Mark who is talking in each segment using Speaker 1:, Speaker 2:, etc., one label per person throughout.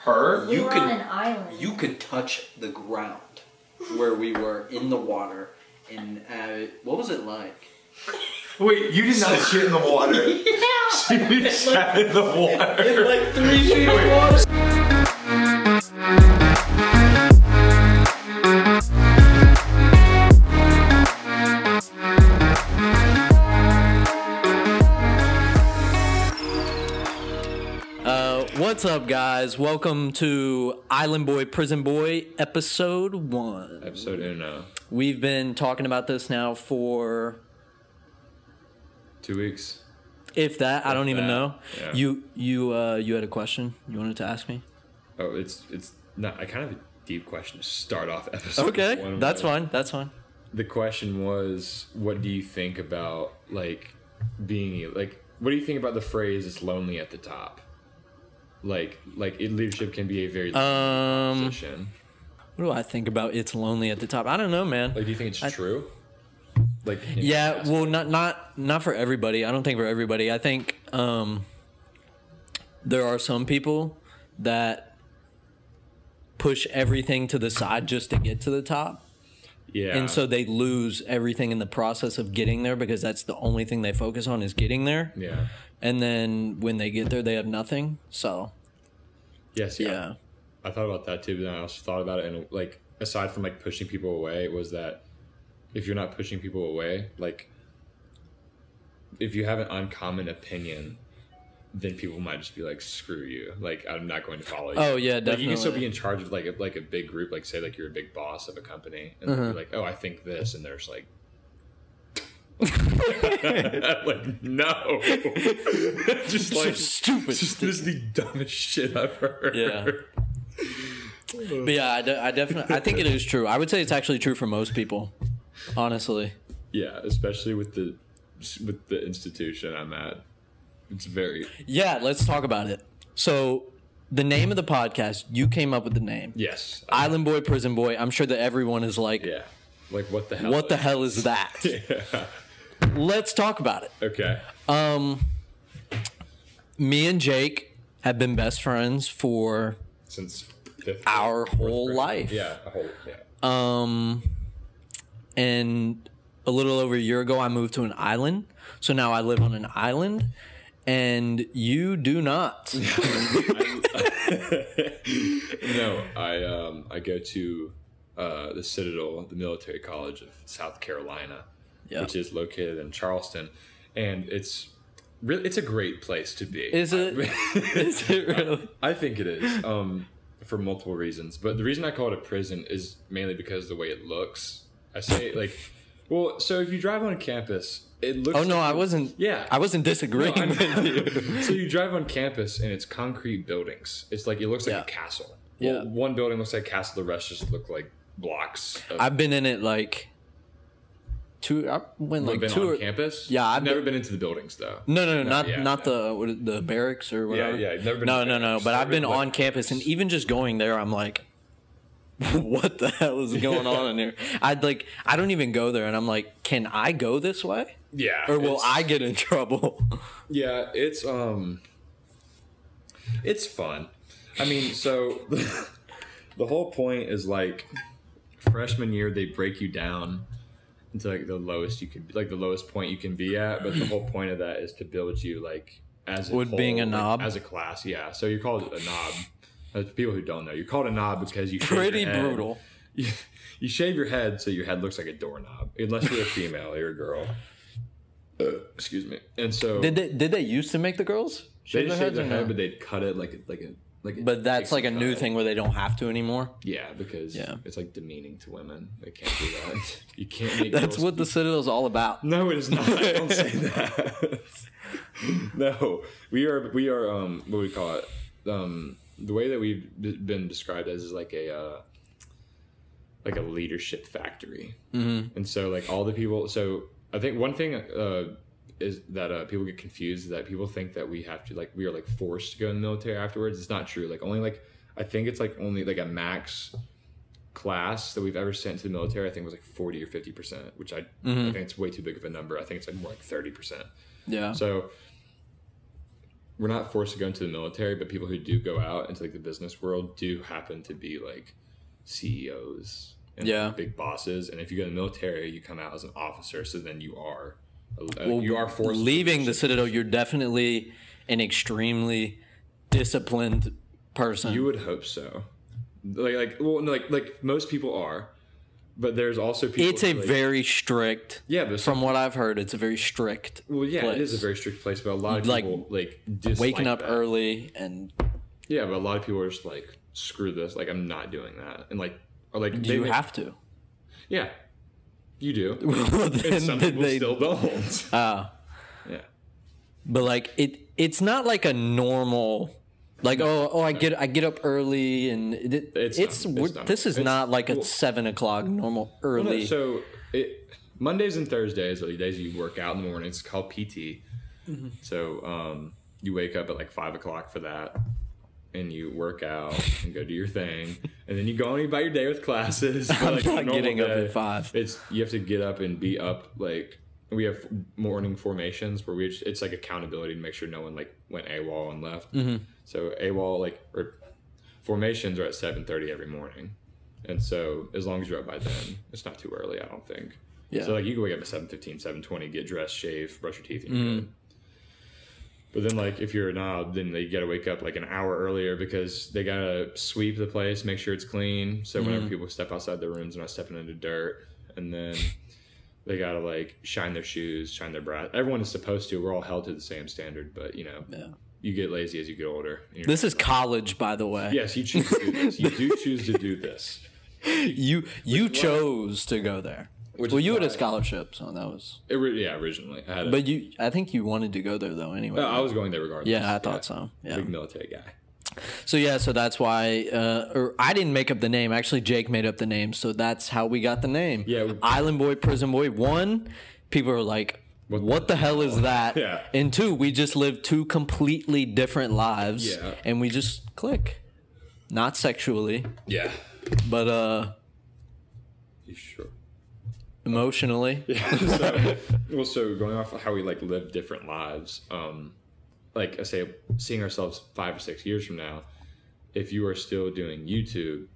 Speaker 1: Her?
Speaker 2: We
Speaker 3: You
Speaker 2: were
Speaker 3: could-
Speaker 2: on an island.
Speaker 3: You could touch the ground where we were in the water, and uh, what was it like?
Speaker 1: Wait, you did not shit in the water. She sat in the water.
Speaker 3: like three feet of water.
Speaker 4: Uh, what's up, guys? Welcome to Island Boy Prison Boy episode one.
Speaker 1: Episode uh, Uno.
Speaker 4: We've been talking about this now for
Speaker 1: Two weeks.
Speaker 4: if that I don't even
Speaker 1: that,
Speaker 4: know.
Speaker 1: yeah.
Speaker 4: You you uh you had a question you wanted to ask me.
Speaker 1: Oh, it's it's not. I kind of a deep question to start off episode.
Speaker 4: Okay,
Speaker 1: one
Speaker 4: that's
Speaker 1: with.
Speaker 4: fine. That's fine.
Speaker 1: The question was, what do you think about like being e, like? What do you think about the phrase "it's lonely at the top"? Like, like it, leadership can be a very
Speaker 4: Um,
Speaker 1: position.
Speaker 4: what do I think about? It's lonely at the top. I don't know, man.
Speaker 1: Like, do you think it's true? Like, in
Speaker 4: yeah
Speaker 1: past-
Speaker 4: well not not not for everybody i don't think for everybody i think um there are some people that push everything to the side just to get to the top
Speaker 1: yeah.
Speaker 4: and so they lose everything in the process of getting there because that's the only thing they focus on is getting there
Speaker 1: yeah,
Speaker 4: and then when they get there they have nothing so
Speaker 1: yes, yeah.
Speaker 4: yeah
Speaker 1: I thought about that too, but then I also thought about it and like aside from like pushing people away, was that if you're not pushing people away, like if you have an uncommon opinion, then people might just be like, "Screw you!" Like I'm not going to follow you.
Speaker 4: Oh, yeah,
Speaker 1: Like, you can still
Speaker 4: definitely.
Speaker 1: be in charge of like a, like a big group, like say like you're a big boss of a company, and
Speaker 4: Uh-huh.
Speaker 1: you're like, "Oh, I think this," and there's like. like no, just like
Speaker 4: stupid.
Speaker 1: Just, this is the dumbest shit I've heard.
Speaker 4: Yeah. but yeah i, de- I definitely i think it is true i would say it's actually true for most people honestly
Speaker 1: Yeah, especially with the with the institution I'm at. It's very
Speaker 4: Yeah, let's talk about it. So, the name of the podcast, you came up with the name
Speaker 1: yes. I,
Speaker 4: Island Boy, Prison Boy. I'm sure that everyone is like,
Speaker 1: yeah. Like what the hell?
Speaker 4: what the hell is that? Let's talk about it. Um,
Speaker 1: Okay.
Speaker 4: Me and Jake have been best friends for
Speaker 1: Since fifth
Speaker 4: our
Speaker 1: grade, fourth
Speaker 4: whole
Speaker 1: grade.
Speaker 4: life.
Speaker 1: Yeah, a whole yeah.
Speaker 4: um, and a little over a year ago I moved to an island. So now I live on an island and you do not.
Speaker 1: no, I um I go to uh, the Citadel, the military college of South Carolina,
Speaker 4: Yeah.
Speaker 1: which is located in Charleston, and it's really it's a great place to be.
Speaker 4: Is it? is it really?
Speaker 1: I think it is. Um, for multiple reasons, but the reason I call it a prison is mainly because of the way it looks. I say like, well, so if you drive on campus, it looks.
Speaker 4: Oh no,
Speaker 1: like-
Speaker 4: I wasn't
Speaker 1: Yeah.
Speaker 4: I wasn't disagreeing
Speaker 1: I'm-
Speaker 4: with you.
Speaker 1: so you drive on campus and it's concrete buildings. It's like it looks like
Speaker 4: Yeah.
Speaker 1: a castle. Well,
Speaker 4: Yeah.
Speaker 1: one building looks like a castle. The rest just look like blocks. Of,
Speaker 4: I've been in it like two. I went like
Speaker 1: been
Speaker 4: two.
Speaker 1: on
Speaker 4: Or,
Speaker 1: campus.
Speaker 4: Yeah, I've
Speaker 1: I've never been, into the buildings though.
Speaker 4: no, no, no, not
Speaker 1: yeah,
Speaker 4: not the what is- the barracks or whatever.
Speaker 1: yeah, I've never been
Speaker 4: no,
Speaker 1: to
Speaker 4: no, no.
Speaker 1: barracks.
Speaker 4: But I've
Speaker 1: Never
Speaker 4: been
Speaker 1: been
Speaker 4: on
Speaker 1: to-
Speaker 4: campus, and even just going there, I'm like, what the hell is going on in here? I'd like, I don't even go there, and I'm like, can I go this way,
Speaker 1: Yeah.
Speaker 4: or will
Speaker 1: it's-
Speaker 4: I get in trouble?
Speaker 1: Yeah, it's um it's fun. I mean, so the whole point is like freshman year they break you down into like the lowest you could like the lowest point you can be at, but the whole point of that is to build you like as a
Speaker 4: Would
Speaker 1: whole,
Speaker 4: being a
Speaker 1: like,
Speaker 4: knob?
Speaker 1: as a class, yeah. So you're called a knob. Uh, people who don't know, you're called a knob because you shave your
Speaker 4: Pretty
Speaker 1: head.
Speaker 4: brutal.
Speaker 1: You, you shave your head so your head looks like a doorknob, unless you're a female, you're a girl. Uh, excuse me. And so
Speaker 4: Did they did they used to make the girls
Speaker 1: they
Speaker 4: shave
Speaker 1: just
Speaker 4: their
Speaker 1: shave
Speaker 4: heads
Speaker 1: their
Speaker 4: or
Speaker 1: head,
Speaker 4: no?
Speaker 1: but they'd cut it like a, like a like. it
Speaker 4: But that's
Speaker 1: takes
Speaker 4: like a new
Speaker 1: time.
Speaker 4: thing where they don't have to anymore.
Speaker 1: Yeah, because
Speaker 4: Yeah.
Speaker 1: it's like demeaning to women. They can't do that. you can't make.
Speaker 4: That's
Speaker 1: girls-
Speaker 4: what the Citadel's all about.
Speaker 1: No, it is not. Don't say that. no, we are we are um what do we call it um the way that we've d- been described as is like a uh, like a leadership factory, mm-hmm. and so like all the people. So I think one thing uh is that uh people get confused is that people think that we have to like we are like forced to go in the military afterwards. It's not true. Like only like I think it's like only like a max class that we've ever sent to the military, I think was like 40 or 50%, which I,
Speaker 4: Mm-hmm.
Speaker 1: I think it's way too big of a number. I think it's like more like 30%.
Speaker 4: Yeah.
Speaker 1: So we're not forced to go into the military, but people who do go out into like the business world do happen to be like CEOs and like,
Speaker 4: Yeah.
Speaker 1: big bosses. And if you go to the military, you come out as an officer, so then you are a- a-
Speaker 4: Well,
Speaker 1: Uh, you are forced to
Speaker 4: leaving the citadel. You're definitely an extremely disciplined person.
Speaker 1: You would hope so. Like, like, well, no, like, like most people are, but there's also people.
Speaker 4: it's a
Speaker 1: who, like-
Speaker 4: very strict.
Speaker 1: yeah, but some,
Speaker 4: From what I've heard, it's a very strict.
Speaker 1: well, yeah, it is a
Speaker 4: place.
Speaker 1: very strict place, but a lot of
Speaker 4: Like,
Speaker 1: people like dislike
Speaker 4: Waking up
Speaker 1: that.
Speaker 4: early and
Speaker 1: Yeah, but a lot of people are just like, screw this, like I'm not doing that, and like, or like they
Speaker 4: you
Speaker 1: may-
Speaker 4: have to.
Speaker 1: yeah, you do,
Speaker 4: Well,
Speaker 1: and
Speaker 4: then
Speaker 1: some
Speaker 4: they-
Speaker 1: people still don't.
Speaker 4: Ah.
Speaker 1: yeah,
Speaker 4: but like it, it's not like a normal. Like oh oh I get I get up early and it,
Speaker 1: It's
Speaker 4: it's,
Speaker 1: not-
Speaker 4: we're-
Speaker 1: it's not.
Speaker 4: this is
Speaker 1: It's-
Speaker 4: not like a
Speaker 1: well-
Speaker 4: seven o'clock normal early.
Speaker 1: Well, no, so it, Mondays and Thursdays are the days you work out in the morning. It's called PT.
Speaker 4: Mm-hmm.
Speaker 1: So um, you wake up at like five o'clock for that, and you work out and go do your thing, and then you go on about your day with classes.
Speaker 4: I'm
Speaker 1: like, a
Speaker 4: not
Speaker 1: normal
Speaker 4: getting up
Speaker 1: day.
Speaker 4: at five.
Speaker 1: It's you have to get up and be up like. We have morning formations where we just, it's like accountability to make sure no one like went AWOL and left.
Speaker 4: Mm-hmm.
Speaker 1: So AWOL like or formations are at seven thirty every morning. And so as long as you're up by then, it's not too early, I don't think.
Speaker 4: Yeah.
Speaker 1: So like you can wake up at 7.15, 7.20, get dressed, shave, brush your teeth, and
Speaker 4: Mm-hmm.
Speaker 1: you're good. But then like if you're a knob, then they gotta wake up like an hour earlier because they gotta sweep the place, make sure it's clean. So
Speaker 4: Mm-hmm.
Speaker 1: whenever people step outside their rooms, they're not stepping into dirt. And then they gotta like shine their shoes, shine their bra. Everyone is supposed to. We're all held to the same standard, but you know,
Speaker 4: Yeah.
Speaker 1: you get lazy as you get older. and you're-
Speaker 4: This is college, by the way.
Speaker 1: yes, you choose to do this. You do choose to do this.
Speaker 4: You you chose to go there.
Speaker 1: Which
Speaker 4: well,
Speaker 1: is
Speaker 4: you had a
Speaker 1: why-
Speaker 4: scholarship, so that was.
Speaker 1: It re- yeah, originally. I had a,
Speaker 4: But you, I think you wanted to go there though. Anyway.
Speaker 1: No, I was going there regardless.
Speaker 4: yeah, I thought so. Yeah.
Speaker 1: Big military guy.
Speaker 4: So yeah, so that's why. Uh, or I didn't make up the name. Actually, Jake made up the name. So that's how we got the name.
Speaker 1: Yeah, we-
Speaker 4: Island Boy, Prison Boy. One, people are like. What, the hell is that?
Speaker 1: Yeah.
Speaker 4: And two, we just live two completely different lives.
Speaker 1: Yeah.
Speaker 4: And we just click. Not sexually,
Speaker 1: Yeah.
Speaker 4: but uh
Speaker 1: You sure?
Speaker 4: emotionally.
Speaker 1: so, well, so going off how we like live different lives, um, like I say, seeing ourselves five or six years from now, if you are still doing YouTube,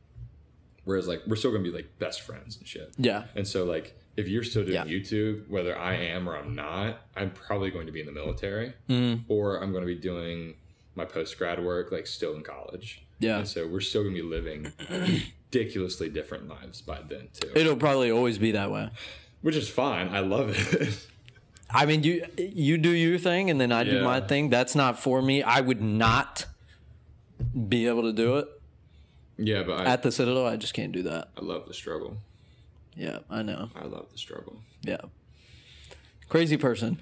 Speaker 1: whereas like we're still gonna be like best friends and shit.
Speaker 4: Yeah.
Speaker 1: And so like if you're still doing
Speaker 4: Yeah.
Speaker 1: YouTube, whether I am or I'm not, I'm probably going to be in the military,
Speaker 4: Hmm.
Speaker 1: or I'm going to be doing my post grad work like still in college.
Speaker 4: Yeah.
Speaker 1: And so we're still going to be living ridiculously different lives by then too,
Speaker 4: It'll probably always be that way.
Speaker 1: which is fine. I love it.
Speaker 4: I mean, you you do your thing, and then I do
Speaker 1: Yeah.
Speaker 4: my thing. That's not for me. I would not be able to do it
Speaker 1: yeah, but I,
Speaker 4: at the Citadel. I just can't do that.
Speaker 1: I love the struggle.
Speaker 4: Yeah, I know.
Speaker 1: I love the struggle.
Speaker 4: Yeah, crazy person.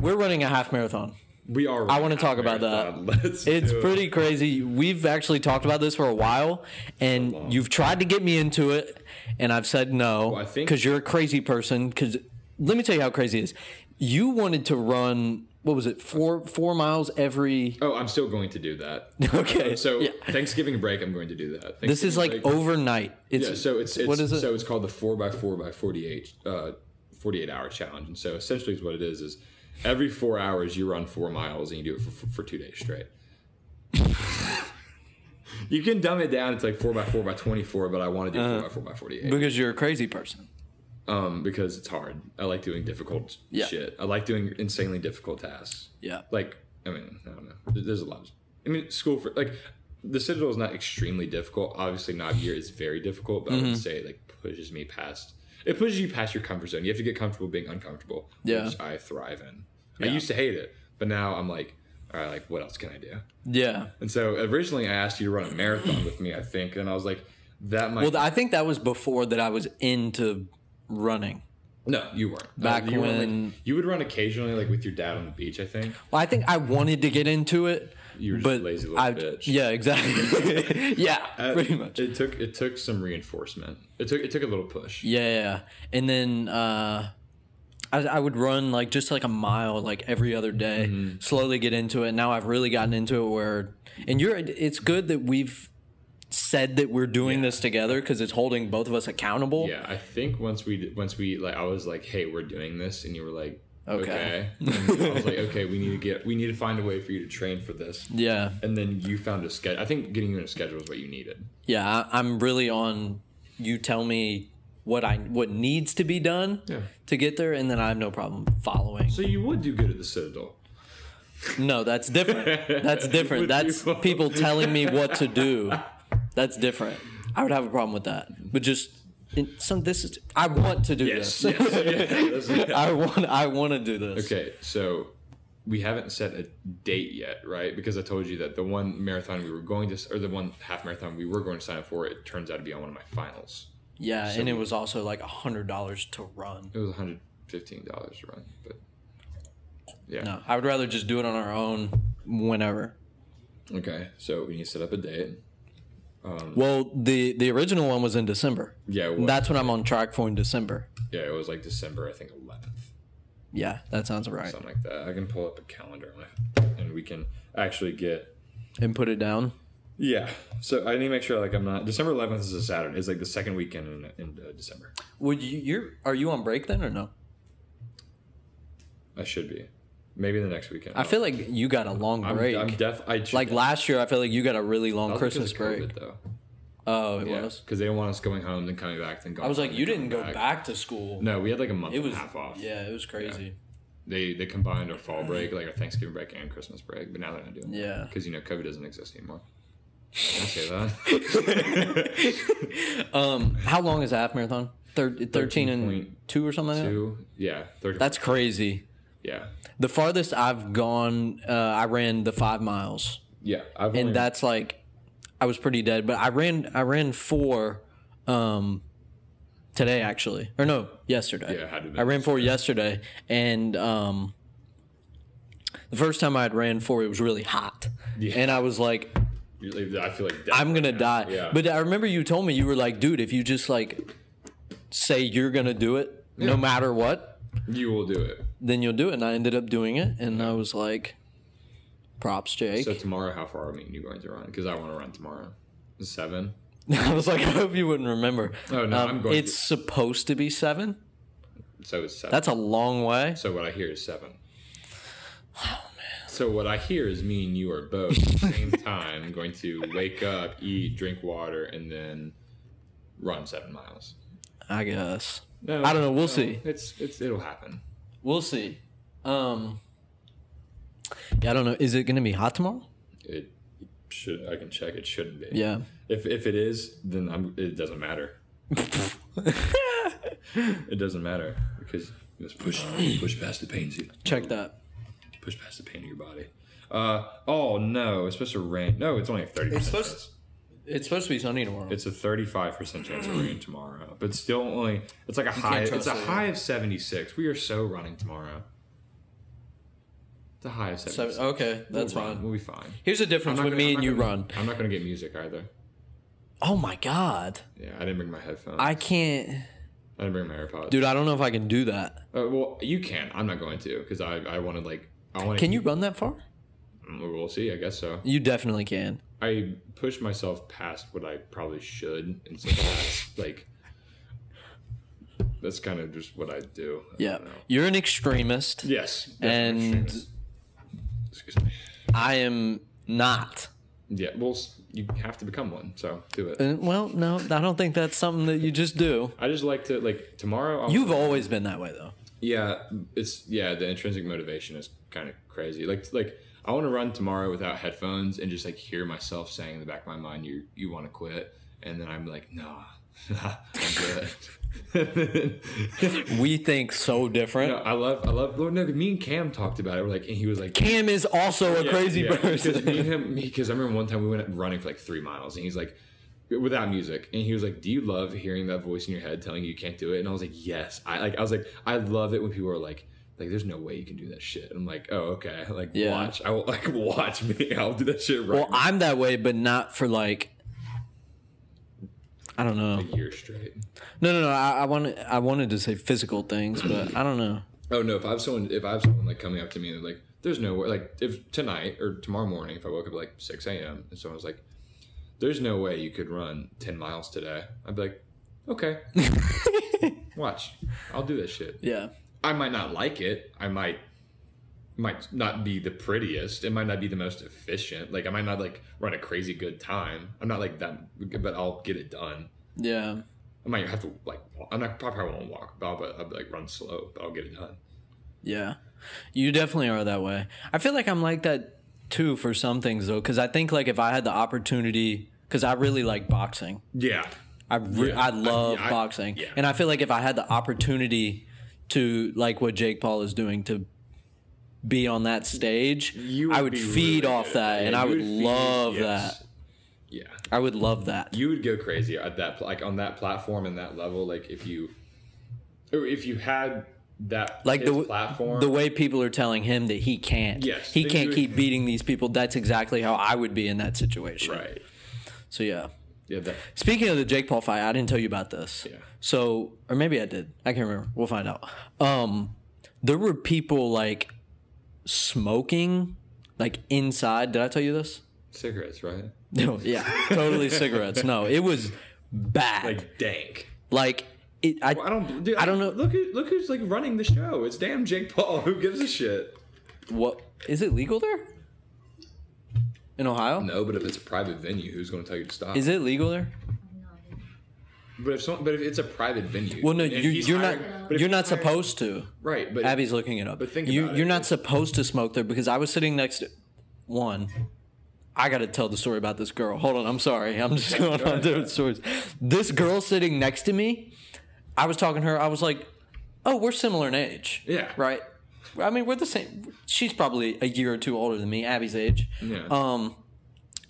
Speaker 4: We're running a half marathon.
Speaker 1: We are.
Speaker 4: wanna talk about that.
Speaker 1: Let's
Speaker 4: It's
Speaker 1: do it.
Speaker 4: pretty crazy. We've actually talked about this for a while, and you've tried to get me into it, and I've said no
Speaker 1: I
Speaker 4: because
Speaker 1: think-
Speaker 4: you're a crazy person. Because let me tell you how crazy it is. You wanted to run what was it four four miles every
Speaker 1: Oh, I'm still going to do that.
Speaker 4: Okay.
Speaker 1: So
Speaker 4: yeah.
Speaker 1: Thanksgiving break, I'm going to do that.
Speaker 4: this is like
Speaker 1: Thanksgiving break-
Speaker 4: overnight. It's
Speaker 1: Yeah, so it's, it's
Speaker 4: what is it?
Speaker 1: So it's called the four by four by forty eight uh, forty eight hour challenge, and so essentially is what it is is every four hours you run four miles and you do it for for, for two days straight. you can dumb it down. It's like four by four by twenty four, but I want to do
Speaker 4: Uh-huh.
Speaker 1: four by four by forty eight
Speaker 4: because you're a crazy person.
Speaker 1: um, because it's hard. I like doing difficult
Speaker 4: Yeah.
Speaker 1: shit. I like doing insanely difficult tasks.
Speaker 4: Yeah.
Speaker 1: Like I mean, I don't know. There- There's a lot. Of, I mean, school for like the Citadel is not extremely difficult. Obviously, Knob Year is very difficult, but I
Speaker 4: Mm-hmm.
Speaker 1: would say it, like pushes me past. It pushes you past your comfort zone. You have to get comfortable being uncomfortable,
Speaker 4: Yeah.
Speaker 1: which I thrive in. I used to hate it, but now I'm like, all right, like what else can I do?
Speaker 4: Yeah.
Speaker 1: And so originally I asked you to run a marathon with me, I think, and I was like, that might
Speaker 4: Well, I think that was before that I was into running.
Speaker 1: No, you weren't.
Speaker 4: Back
Speaker 1: you weren't, like-
Speaker 4: when-
Speaker 1: you would run occasionally, like with your dad on the beach. I think
Speaker 4: Well, I think I wanted to get into it.
Speaker 1: you were just
Speaker 4: But
Speaker 1: a lazy little
Speaker 4: I,
Speaker 1: bitch.
Speaker 4: yeah, exactly. yeah,
Speaker 1: Uh,
Speaker 4: pretty much.
Speaker 1: It took it took some reinforcement. It took it took a little push.
Speaker 4: Yeah, yeah, yeah. And then uh, I, I would run like just like a mile like every other day, slowly get into it. Now I've really gotten into it where, and you're, it's good that we've said that we're doing this together because it's holding both of us accountable.
Speaker 1: Yeah, I think once we did- once we like, I was like, hey, we're doing this, and you were like,
Speaker 4: Okay.
Speaker 1: And I was like, okay, we need to get, we need to find a way for you to train for this.
Speaker 4: Yeah.
Speaker 1: And then you found a schedule. I think getting you in a schedule is what you needed.
Speaker 4: Yeah, I, I'm really on. You tell me what I what needs to be done
Speaker 1: Yeah.
Speaker 4: to get there, and then I have no problem following.
Speaker 1: So you would do good at the Citadel.
Speaker 4: No, that's different. That's different.
Speaker 1: Would
Speaker 4: that's
Speaker 1: you-
Speaker 4: people telling me what to do. That's different. I would have a problem with that. But just in some this is I want to do this.
Speaker 1: yes, yes, yes.
Speaker 4: I want I want to do this.
Speaker 1: Okay, so we haven't set a date yet, right? Because I told you that the one marathon we were going to, or the one half marathon we were going to sign up for, it turns out to be on one of my finals.
Speaker 4: Yeah, and it was also like a hundred dollars to run.
Speaker 1: It was one hundred fifteen dollars to run, but yeah.
Speaker 4: No, I would rather just do it on our own whenever.
Speaker 1: Okay, so we need to set up a date.
Speaker 4: Well, the the original one was in December.
Speaker 1: Yeah, it was,
Speaker 4: That's what I'm on track for in December.
Speaker 1: yeah, it was like December, I think eleventh,
Speaker 4: Yeah, that sounds right.
Speaker 1: something like that. I can pull up a calendar on it, and we can actually get.
Speaker 4: And put it down.
Speaker 1: Yeah, so I need to make sure like I'm not December eleventh is a Saturday. It's like the second weekend in, in uh, December.
Speaker 4: Would you? You're are you on break then or no?
Speaker 1: I should be, maybe the next weekend.
Speaker 4: I feel like you got a long
Speaker 1: I'm,
Speaker 4: break.
Speaker 1: I'm def. I should-
Speaker 4: like last year, I feel like you got a really long
Speaker 1: That was because
Speaker 4: Christmas
Speaker 1: of
Speaker 4: break.
Speaker 1: COVID, though.
Speaker 4: Oh, it
Speaker 1: Yeah,
Speaker 4: was.
Speaker 1: because they didn't want us going home then coming back then going.
Speaker 4: I was like,
Speaker 1: home,
Speaker 4: you
Speaker 1: then
Speaker 4: didn't go
Speaker 1: coming
Speaker 4: back, to school.
Speaker 1: No, we had like a month
Speaker 4: it was
Speaker 1: and a half off.
Speaker 4: Yeah, it was crazy.
Speaker 1: they they combined our fall break, like our Thanksgiving break and Christmas break, but now they're not doing that.
Speaker 4: Yeah.
Speaker 1: because you know COVID doesn't exist anymore. Can I say that?
Speaker 4: Um, how long is a half marathon? Thir- 13, and
Speaker 1: point
Speaker 4: two or something. Like that?
Speaker 1: Two, yeah, thirty.
Speaker 4: That's crazy.
Speaker 1: yeah,
Speaker 4: The farthest I've gone, uh, I ran the five miles,
Speaker 1: yeah. I've only,
Speaker 4: and that's like, I was pretty dead. But I ran, I ran four, um, today actually, or no, yesterday.
Speaker 1: yeah, had to be
Speaker 4: I ran four yesterday, and um, the first time I had ran four, it was really hot,
Speaker 1: Yeah.
Speaker 4: and I was like,
Speaker 1: Usually, I feel like death
Speaker 4: "I'm gonna die."
Speaker 1: Yeah.
Speaker 4: But I remember you told me you were like, "Dude, if you just like say you're gonna do it, no matter what,
Speaker 1: you will do it.
Speaker 4: then you'll do it." And I ended up doing it, and I was like, "Props, Jake."
Speaker 1: So tomorrow, how far are me and you going to run? Because I want to run tomorrow. Seven.
Speaker 4: I was like, "I hope you wouldn't remember." Um,
Speaker 1: Oh, no, I'm going to-
Speaker 4: It's supposed to be seven.
Speaker 1: So it's seven.
Speaker 4: That's a long way.
Speaker 1: So what I hear is seven.
Speaker 4: Oh,
Speaker 1: So what I hear is me and you are both at the same time going to wake up, eat, drink water, and then run seven miles.
Speaker 4: I guess
Speaker 1: No,
Speaker 4: I don't know. We'll see.
Speaker 1: It's it's it'll happen.
Speaker 4: we'll see. Um, yeah, I don't know. Is it gonna be hot tomorrow?
Speaker 1: It should I can check. It shouldn't be.
Speaker 4: Yeah.
Speaker 1: If if it is, then I'm. It doesn't matter. it doesn't matter because you must push push past the pain. Zeke.
Speaker 4: Check that.
Speaker 1: Push past the pain of your body. Uh oh no! It's supposed to rain. No, it's only thirty.
Speaker 4: It's supposed it's supposed to be sunny tomorrow.
Speaker 1: It's a thirty-five percent chance of rain tomorrow, but still only it's like a high.
Speaker 4: can't
Speaker 1: It's a
Speaker 4: trust it.
Speaker 1: high of seventy-six. We are so running tomorrow. It's a high of
Speaker 4: so,
Speaker 1: seventy-six.
Speaker 4: okay, oh, that's
Speaker 1: We'll run.
Speaker 4: fine.
Speaker 1: We'll be fine.
Speaker 4: Here's the difference
Speaker 1: I'm
Speaker 4: with
Speaker 1: not
Speaker 4: me
Speaker 1: gonna-
Speaker 4: and you
Speaker 1: I'm not gonna-
Speaker 4: run.
Speaker 1: I'm not gonna get music either.
Speaker 4: Oh my god,
Speaker 1: Yeah, I didn't bring my headphones. I,
Speaker 4: I can't,
Speaker 1: didn't bring my AirPods.
Speaker 4: dude. I don't know if I can do that.
Speaker 1: Uh, well, you can. I'm not going to because I I wanted like I want.
Speaker 4: Can you run that far?
Speaker 1: Mm, We'll see. I guess so.
Speaker 4: You definitely can.
Speaker 1: I pushed myself past what I probably should, and so that's like. That's kind of just what I do. I
Speaker 4: Yeah,
Speaker 1: don't know.
Speaker 4: you're an extremist.
Speaker 1: Yes.
Speaker 4: And-
Speaker 1: definitely. excuse me.
Speaker 4: I am not.
Speaker 1: Yeah. Well, s- you have to become one, so do it.
Speaker 4: Uh, Well, no, I don't think that's something that you just do.
Speaker 1: I just like to like tomorrow. I'll,
Speaker 4: You've always been that way though.
Speaker 1: yeah. It's yeah. The intrinsic motivation is kind of crazy. Like like I want to run tomorrow without headphones and just like hear myself saying in the back of my mind, "You you want to quit," and then I'm like, "Nah, I'm good."
Speaker 4: We think so different.
Speaker 1: no, I love I love. No, me and Cam talked about it. We're like, and he was like,
Speaker 4: Cam is also a crazy
Speaker 1: Because me
Speaker 4: person.
Speaker 1: and him, because I remember one time we went running for like three miles, and he's like, without music, and he was like, "Do you love hearing that voice in your head telling you you can't do it?" And I was like, "Yes, I like." I was like, "I love it when people are like." Like there's no way you can do that shit. And I'm like, oh okay. Like
Speaker 4: Yeah.
Speaker 1: watch, I will like watch me. I'll do that shit right
Speaker 4: Well, I'm that way, but not for like. I don't know.
Speaker 1: now. a year straight.
Speaker 4: No, no, no. I, I wanted, I wanted to say physical things, but I don't know.
Speaker 1: Oh no! If I have someone, if I have someone like coming up to me and like, there's no way, like if tonight or tomorrow morning, if I woke up at like six a.m. and someone's like, "There's no way you could run ten miles today," I'd be like, "Okay, watch, I'll do this shit."
Speaker 4: Yeah,
Speaker 1: I might not like it. I might might not be the prettiest. It might not be the most efficient. Like I might not like run a crazy good time. I'm not like that, but I'll get it done.
Speaker 4: Yeah.
Speaker 1: I might have to like. walk- I'm not probably won't walk, but I'll, but I'll like run slow, but I'll get it done.
Speaker 4: Yeah. You definitely are that way. I feel like I'm like that too for some things though cuz I think like if I had the opportunity cuz I really like boxing.
Speaker 1: Yeah,
Speaker 4: I re-
Speaker 1: Yeah.
Speaker 4: I love
Speaker 1: Yeah, I-
Speaker 4: boxing.
Speaker 1: yeah.
Speaker 4: And I feel like if I had the opportunity to like what Jake Paul is doing to be on that stage,
Speaker 1: you.
Speaker 4: I would
Speaker 1: be
Speaker 4: feed
Speaker 1: really
Speaker 4: off
Speaker 1: good.
Speaker 4: that
Speaker 1: Yeah,
Speaker 4: and I
Speaker 1: you
Speaker 4: would,
Speaker 1: feed-
Speaker 4: love
Speaker 1: yes.
Speaker 4: that.
Speaker 1: Yeah,
Speaker 4: I would love that.
Speaker 1: you would go crazy at that pl- like on that platform and that level like if you or if you had that
Speaker 4: Like
Speaker 1: his
Speaker 4: the
Speaker 1: platform
Speaker 4: the way people are telling him that he can't.
Speaker 1: Yes,
Speaker 4: He
Speaker 1: they
Speaker 4: can't
Speaker 1: do-
Speaker 4: keep beating these people. That's exactly how I would be in that situation.
Speaker 1: right
Speaker 4: So yeah.
Speaker 1: yeah that
Speaker 4: Speaking of the Jake Paul fight, I didn't tell you about this.
Speaker 1: Yeah.
Speaker 4: So, or maybe I did. I can't remember. We'll find out. Um, there were people like smoking, like inside. Did I tell you this?
Speaker 1: cigarettes right
Speaker 4: No. Yeah. totally cigarettes. No, it was bad. Like,
Speaker 1: like dank
Speaker 4: it. I,
Speaker 1: I don't dude,
Speaker 4: I don't know.
Speaker 1: look who, look who's like running the show it's damn Jake Paul who gives a shit
Speaker 4: What is it legal there? In Ohio?
Speaker 1: no but if it's a private venue who's going to tell you to stop
Speaker 4: Is it legal there?
Speaker 1: but if someone but if it's a private venue
Speaker 4: Well, no,
Speaker 1: and
Speaker 4: you,
Speaker 1: he's
Speaker 4: you're not.
Speaker 1: hiring- but if
Speaker 4: You're
Speaker 1: he's
Speaker 4: not
Speaker 1: hiring-
Speaker 4: supposed to.
Speaker 1: right but
Speaker 4: Abby's looking it up.
Speaker 1: But think
Speaker 4: you,
Speaker 1: about it.
Speaker 4: you're not supposed to smoke there because I was sitting next to one. I got to tell the story about this girl. Hold on, I'm sorry. I'm just going on different stories. This girl sitting next to me, I was talking to her. I was like, "Oh, we're similar in age."
Speaker 1: Yeah.
Speaker 4: Right. I mean, we're the same. She's probably a year or two older than me, Abby's age.
Speaker 1: yeah.
Speaker 4: Um,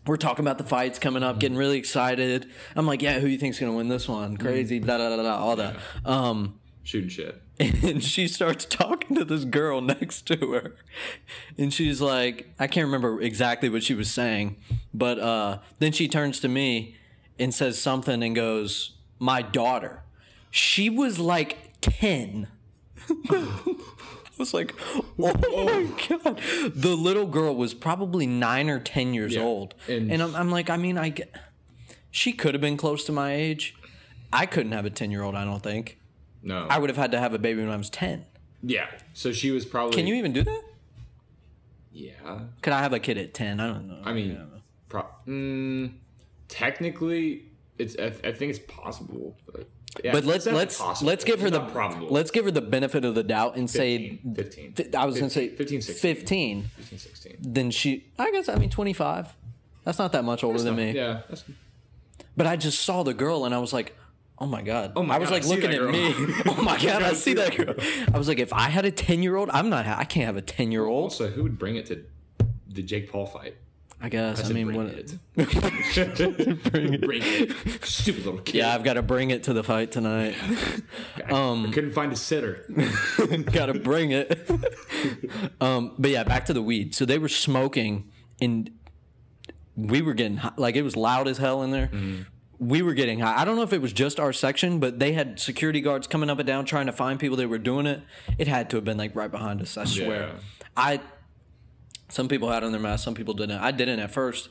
Speaker 4: we're talking about the fights coming up, getting really excited. I'm like, "Yeah, who you think's gonna win this one?"
Speaker 1: Mm.
Speaker 4: Crazy, da da da da, all that. Um,
Speaker 1: shooting shit
Speaker 4: and she starts talking to this girl next to her and she's like i can't remember exactly what she was saying but uh, then she turns to me and says something and goes my daughter she was like 10 I was like, oh, my god! The little girl was probably nine or ten years
Speaker 1: Yeah.
Speaker 4: old,
Speaker 1: And-
Speaker 4: and, I'm, I'm like, I mean, I get, she could have been close to my age. I couldn't have a ten year old. I don't think.
Speaker 1: no
Speaker 4: I would have had to have a baby when I was 10.
Speaker 1: yeah so she was probably
Speaker 4: Can you e- even do that?
Speaker 1: yeah
Speaker 4: Could I have a kid at 10? I don't know.
Speaker 1: I mean, pro- mm, technically, it's. I, I think it's possible, but, yeah,
Speaker 4: but let's
Speaker 1: it's definitely
Speaker 4: let's
Speaker 1: possible.
Speaker 4: let's give her
Speaker 1: It's
Speaker 4: the
Speaker 1: not probable.
Speaker 4: let's give her the benefit of the doubt and
Speaker 1: 15,
Speaker 4: say
Speaker 1: 15,
Speaker 4: fi- I was going to say
Speaker 1: 15, 16,
Speaker 4: 15.
Speaker 1: 15, 16.
Speaker 4: Then she I guess I mean 25. That's not that much older than me.
Speaker 1: Yeah, that's,
Speaker 4: But I just saw the girl and I was like, "Oh my god." Oh
Speaker 1: my
Speaker 4: I was
Speaker 1: God, I
Speaker 4: like
Speaker 1: see
Speaker 4: looking
Speaker 1: that
Speaker 4: at
Speaker 1: girl.
Speaker 4: me. oh my god, I
Speaker 1: I
Speaker 4: see
Speaker 1: see
Speaker 4: that
Speaker 1: that
Speaker 4: girl. I was like, "If I had a 10-year-old, I'm not ha- I can't have a 10-year-old."
Speaker 1: also who would bring it to the Jake Paul fight?
Speaker 4: I guess. I,
Speaker 1: said,
Speaker 4: mean,
Speaker 1: bring
Speaker 4: what
Speaker 1: it. bring it, stupid little kid.
Speaker 4: Yeah, um, I've got to bring it to the fight tonight.
Speaker 1: I, I couldn't find a sitter.
Speaker 4: gotta bring it um but yeah back to the weed so they were smoking and we were getting high, like it was loud as hell in there
Speaker 1: Mm-hmm.
Speaker 4: we were getting high i don't know if it was just our section but they had security guards coming up and down trying to find people that were doing it it had to have been like right behind us i swear
Speaker 1: Yeah.
Speaker 4: i some people had on their masks some people didn't i didn't at first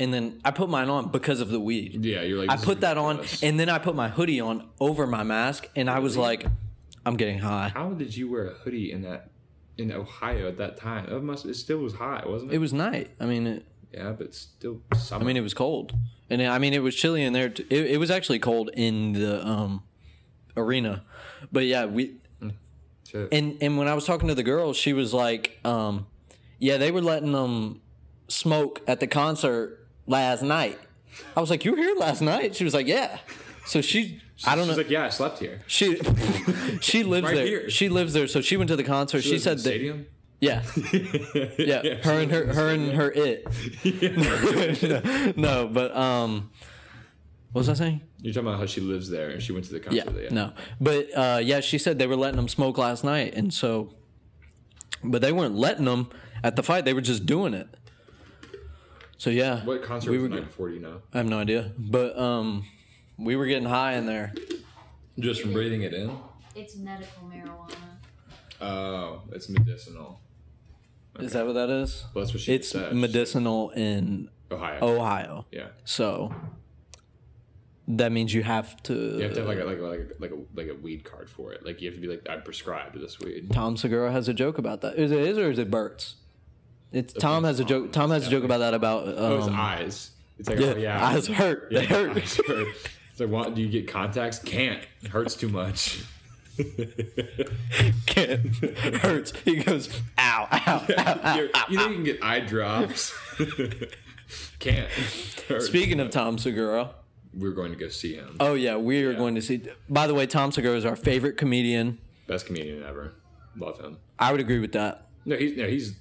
Speaker 4: and then i put mine on because of the weed
Speaker 1: Yeah, you're like.
Speaker 4: I
Speaker 1: this is
Speaker 4: put that on,
Speaker 1: ridiculous.
Speaker 4: and then I put my hoodie on over my mask, and I was like, "I'm getting high."
Speaker 1: How did you wear a hoodie in that? In Ohio at that time, it must. It still was hot, wasn't it?
Speaker 4: It was night. I mean, it,
Speaker 1: yeah, but still summer.
Speaker 4: I mean, it was cold, and I mean, it was chilly in there. T- it, it was actually cold in the um, arena, but yeah, we
Speaker 1: Shit.
Speaker 4: and and when I was talking to the girl, she was like, um, "Yeah, they were letting them smoke at the concert last night." I was like, "You were here last night?" She was like, "Yeah." So she, I don't
Speaker 1: She's
Speaker 4: know.
Speaker 1: like, yeah, I slept here.
Speaker 4: she she lives
Speaker 1: Right
Speaker 4: there.
Speaker 1: here.
Speaker 4: She lives there. So she went to the concert. She,
Speaker 1: lives in
Speaker 4: said
Speaker 1: the
Speaker 4: that.
Speaker 1: stadium.
Speaker 4: Yeah. Yeah. her and her her and her it. no, but um what was I saying?
Speaker 1: You're talking about how she lives there and she went to the
Speaker 4: Yeah.
Speaker 1: concert. Yeah,
Speaker 4: No. But uh yeah, she said they were letting them smoke last night and so but they weren't letting them at the fight. They were just doing it. So yeah.
Speaker 1: What concert
Speaker 4: we
Speaker 1: was
Speaker 4: were
Speaker 1: the night
Speaker 4: get-
Speaker 1: before? do You know,
Speaker 4: I have no idea. But um we were getting high in there.
Speaker 1: just from breathing it in.
Speaker 2: It's medical marijuana.
Speaker 1: Oh, it's medicinal.
Speaker 4: Is that what that is?
Speaker 1: Well, that's what she
Speaker 4: It's Oh.
Speaker 1: said.
Speaker 4: medicinal in
Speaker 1: Ohio.
Speaker 4: Ohio.
Speaker 1: Yeah,
Speaker 4: So that means you have to.
Speaker 1: You have to have like a, like a, like a, like a, like a weed card for it. Like you have to be like I'm prescribed this weed.
Speaker 4: Tom Segura has a joke about that. Is it his or is it Bert's? It's Tom has a
Speaker 1: Tom.
Speaker 4: joke. Tom has a joke about that about. Um,
Speaker 1: Oh, his eyes. It's like
Speaker 4: yeah,
Speaker 1: oh yeah,
Speaker 4: eyes hurt.
Speaker 1: Yeah,
Speaker 4: they hurt.
Speaker 1: eyes hurt. It's like, what, do you get contacts? Can't. It hurts too much.
Speaker 4: Can't hurts. He goes ow ow ow. ow.
Speaker 1: You're- you know you can get eye drops. Can't. Hurts.
Speaker 4: Speaking of Tom Segura,
Speaker 1: we're going to go see him.
Speaker 4: oh yeah, we are
Speaker 1: Yeah.
Speaker 4: going to see. By the way, Tom Segura is our favorite comedian.
Speaker 1: Best comedian ever. Love him.
Speaker 4: I would agree with that.
Speaker 1: No, he's no, he's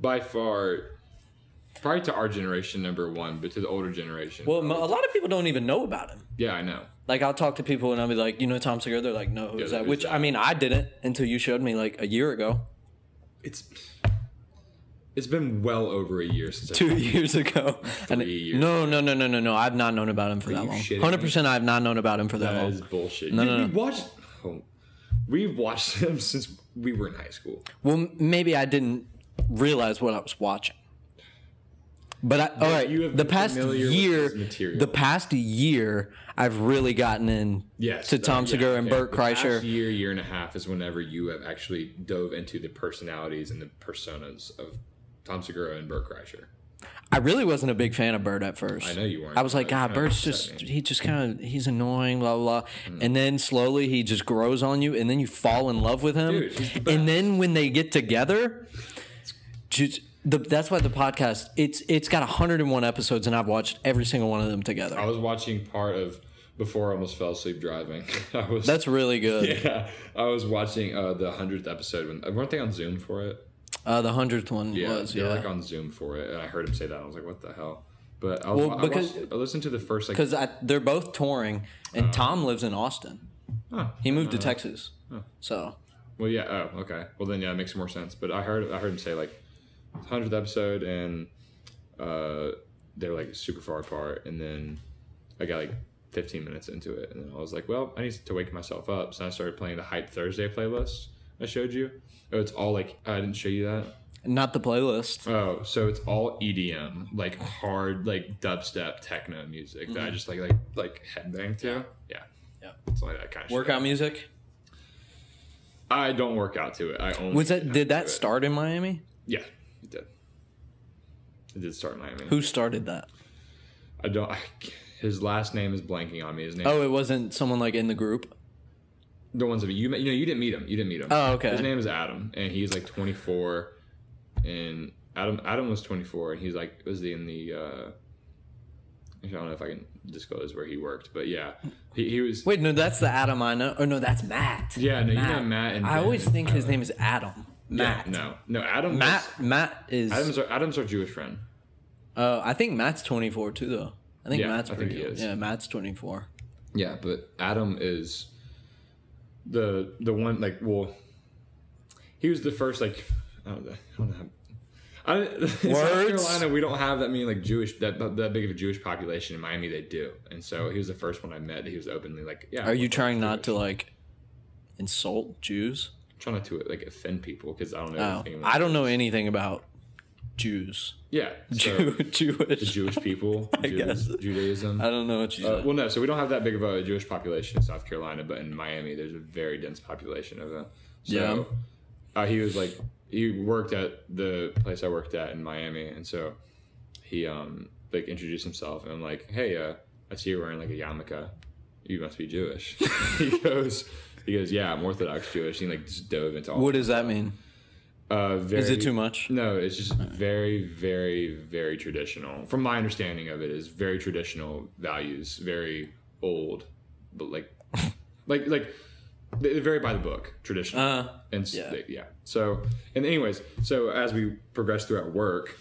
Speaker 1: by far probably to our generation number one, but to the older generation.
Speaker 4: Well, mo- a lot of people don't even know about him.
Speaker 1: yeah, I know.
Speaker 4: Like I'll talk to people and I'll be like, you know Tom Segura? They're like, no, who's
Speaker 1: Yeah,
Speaker 4: that?
Speaker 1: who's
Speaker 4: Which
Speaker 1: that?
Speaker 4: I mean, I didn't until you showed me like a year ago,
Speaker 1: It's it's been well over a year since I
Speaker 4: two years ago. and
Speaker 1: Three years
Speaker 4: no, no, no, no, no, no. I've not known about him for that
Speaker 1: you
Speaker 4: long.
Speaker 1: shitting me?
Speaker 4: Hundred percent, I've not known about him for that,
Speaker 1: that
Speaker 4: long.
Speaker 1: is bullshit.
Speaker 4: No,
Speaker 1: Dude,
Speaker 4: no, no.
Speaker 1: We watched oh, we've watched him since we were in high school.
Speaker 4: Well, m- maybe I didn't realize what I was watching. But I, all right,
Speaker 1: you have
Speaker 4: the
Speaker 1: been
Speaker 4: past
Speaker 1: familiar with
Speaker 4: year,
Speaker 1: his material.
Speaker 4: the past year, I've really gotten in
Speaker 1: Yes.
Speaker 4: to
Speaker 1: that-
Speaker 4: Tom
Speaker 1: yeah,
Speaker 4: Segura and
Speaker 1: okay.
Speaker 4: Bert
Speaker 1: The past
Speaker 4: Kreischer.
Speaker 1: year, year and a half is whenever you have actually dove into the personalities and the personas of Tom Segura and Bert Kreischer.
Speaker 4: I really wasn't a big fan of Bird at first.
Speaker 1: I know you weren't.
Speaker 4: I was like,
Speaker 1: That
Speaker 4: God,
Speaker 1: kinda
Speaker 4: Bird's
Speaker 1: upset
Speaker 4: just
Speaker 1: me."
Speaker 4: he just kind of he's annoying, blah blah. blah. And then slowly he just grows on you, and then you fall in love with him.
Speaker 1: Dude, he's the best.
Speaker 4: and then when they get together, just the, that's why the podcast it's it's got 101 episodes, and I've watched every single one of them together.
Speaker 1: I was watching part of before I almost fell asleep driving. I was
Speaker 4: That's really good.
Speaker 1: yeah, I was watching uh, the hundredth episode when weren't they on Zoom for it?
Speaker 4: Uh, the hundredth one
Speaker 1: Yeah,
Speaker 4: was
Speaker 1: they're
Speaker 4: yeah.
Speaker 1: like on Zoom for it, and I heard him say that. I was like, what the hell? But I, was,
Speaker 4: Well,
Speaker 1: I,
Speaker 4: because-
Speaker 1: watched- I listened to the first like.
Speaker 4: because they're both touring, and
Speaker 1: Uh-huh.
Speaker 4: Tom lives in Austin.
Speaker 1: Huh.
Speaker 4: He moved
Speaker 1: Uh-huh.
Speaker 4: to Texas, so
Speaker 1: Well, yeah. Oh, okay. Well, then yeah, it makes more sense. But I heard I heard him say like hundredth episode, and uh, they were like super far apart, and then I got like. 15 minutes into it and then I was like well I need to wake myself up so I started playing the Hype Thursday playlist I showed you oh it's all like I didn't show you that
Speaker 4: not the playlist.
Speaker 1: Oh, so it's all EDM, like hard, like dubstep techno music that I just like, like, like headbang to. Yeah,
Speaker 4: Yeah.
Speaker 1: it's like that kind of
Speaker 4: Workout
Speaker 1: Shit.
Speaker 4: music.
Speaker 1: I don't work out to it. I only
Speaker 4: Was
Speaker 1: work
Speaker 4: that
Speaker 1: out
Speaker 4: did
Speaker 1: to
Speaker 4: that
Speaker 1: it.
Speaker 4: start in Miami?
Speaker 1: Yeah, it did. It did start in Miami.
Speaker 4: Who started that?
Speaker 1: I don't. I, his last name is blanking on me. His name.
Speaker 4: Oh, it wasn't someone like in the group.
Speaker 1: the ones of you. met- You know, you didn't meet him. You didn't meet him.
Speaker 4: Oh, okay.
Speaker 1: His name is Adam, and he's like 24, and Adam Adam was 24, and he's like was in the. uh I don't know if I can disclose where he worked, but yeah, he, he was.
Speaker 4: Wait, no, that's the Adam I know. Oh no, that's Matt.
Speaker 1: Yeah, no, you know Matt and
Speaker 4: I
Speaker 1: Ben
Speaker 4: always
Speaker 1: and
Speaker 4: think his
Speaker 1: Tyler.
Speaker 4: name is Adam. Matt.
Speaker 1: Yeah, no, no, Adam.
Speaker 4: Matt.
Speaker 1: was-
Speaker 4: Matt is.
Speaker 1: Adam's our, Adam's our Jewish friend.
Speaker 4: uh, I think Matt's twenty four too, though. I think
Speaker 1: Yeah,
Speaker 4: Matt's
Speaker 1: I think
Speaker 4: pretty
Speaker 1: he
Speaker 4: young.
Speaker 1: is.
Speaker 4: Yeah, Matt's twenty four.
Speaker 1: Yeah, but Adam is the the one like well, he was the first like I don't know. I don't know how- I, in South
Speaker 4: Words?
Speaker 1: Carolina, we don't have that many like Jewish that that big of a Jewish population in Miami. They do, and so he was the first one I met. He was openly like, "Yeah."
Speaker 4: Are you trying not to like insult Jews?
Speaker 1: trying not to like offend people? Because I don't know.
Speaker 4: Oh,
Speaker 1: anything about-
Speaker 4: I don't know anything about Jews.
Speaker 1: Yeah, so
Speaker 4: Jew, Jewish.
Speaker 1: Jewish people, Jews,
Speaker 4: guess.
Speaker 1: Judaism.
Speaker 4: I don't know what you
Speaker 1: Uh,
Speaker 4: said.
Speaker 1: well, no. So we don't have that big of a Jewish population in South Carolina, but in Miami, there's a very dense population of them. So,
Speaker 4: Yeah.
Speaker 1: Uh, he was like, he worked at the place I worked at in Miami, and so he um like introduced himself, and I'm like, hey, uh, I see you're wearing like a yarmulke. You must be Jewish. he goes, he goes, yeah, I'm Orthodox Jewish. He like just dove into all.
Speaker 4: what does that mean?
Speaker 1: Uh,
Speaker 4: Is
Speaker 1: very-
Speaker 4: it too much?
Speaker 1: no, it's just very, very, very traditional. From my understanding of it, is very traditional values, very old, but like, like, like they vary by the book, traditional,
Speaker 4: Uh,
Speaker 1: and s-
Speaker 4: yeah.
Speaker 1: they- yeah. So, and anyways, so as we progressed throughout work,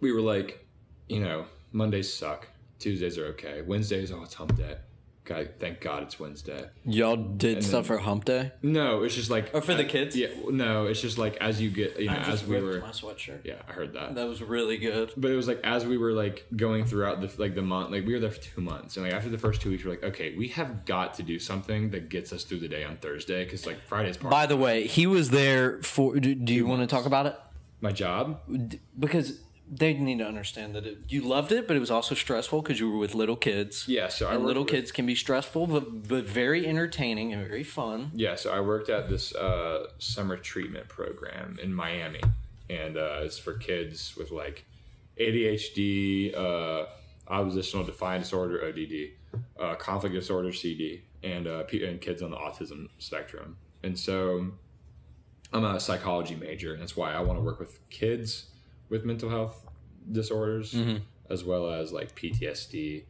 Speaker 1: we were like, you know, Mondays suck, Tuesdays are okay, Wednesdays, oh, it's hump day. God, thank God it's Wednesday.
Speaker 4: Y'all did stuff for Hump Day
Speaker 1: No, it's just like,
Speaker 4: or for the kids?
Speaker 1: yeah, no, it's just like as you get, you know,
Speaker 4: I just
Speaker 1: as we
Speaker 4: ripped
Speaker 1: were,
Speaker 4: my sweatshirt.
Speaker 1: yeah, I heard that.
Speaker 4: That was really good.
Speaker 1: but it was like as we were like going throughout the like the month like we were there for two months and like after the first two weeks we're like okay we have got to do something that gets us through the day on thursday because like friday's part
Speaker 4: By Mm. the way, he was there for. Do, do you want to talk about it?
Speaker 1: my job
Speaker 4: D- Because they need to understand that it, you loved it, but it was also stressful because you were with little kids.
Speaker 1: Yeah, so I
Speaker 4: and
Speaker 1: worked
Speaker 4: little
Speaker 1: with-
Speaker 4: kids can be stressful, but, but very entertaining and very fun.
Speaker 1: Yeah, so I worked at this uh, summer treatment program in Miami, and uh, it's for kids with like ADHD, uh, oppositional defiant disorder (ODD), uh, conflict disorder (CD), and uh, pe- and kids on the autism spectrum. And so, I'm a psychology major, and that's why I want to work with kids with mental health disorders, as well as like PTSD,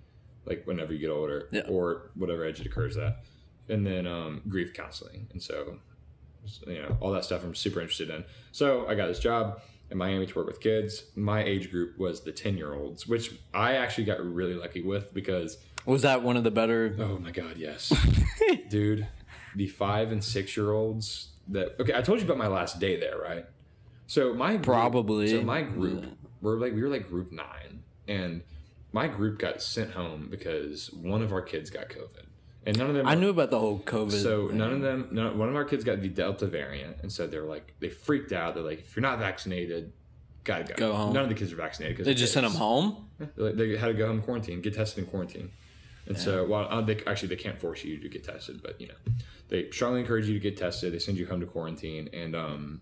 Speaker 1: like whenever you get older,
Speaker 4: Yeah.
Speaker 1: or whatever age it occurs at, and then um, grief counseling, and so you know all that stuff I'm super interested in. So I got this job in Miami to work with kids. My age group was the ten year olds, which I actually got really lucky with because
Speaker 4: Was that one of the better?
Speaker 1: Oh my god, yes. Dude, the five and six year olds that okay, I told you about my last day there, right? So my group-
Speaker 4: Probably.
Speaker 1: so my group we're like we were like group nine and my group got sent home because one of our kids got COVID. And none of them
Speaker 4: I
Speaker 1: were-
Speaker 4: knew about the whole COVID.
Speaker 1: so none of them, no, one of our kids got the Delta variant, and so they were like, they freaked out. They're like, if you're not vaccinated, gotta go.
Speaker 4: Go home.
Speaker 1: None of the kids are vaccinated. 'cause
Speaker 4: they
Speaker 1: of
Speaker 4: just sent
Speaker 1: kids.
Speaker 4: them home.
Speaker 1: Like, they had to go home quarantine, get tested in quarantine. And so, well, uh, they, actually, they can't force you to get tested, but you know, they strongly encourage you to get tested. They send you home to quarantine, and um,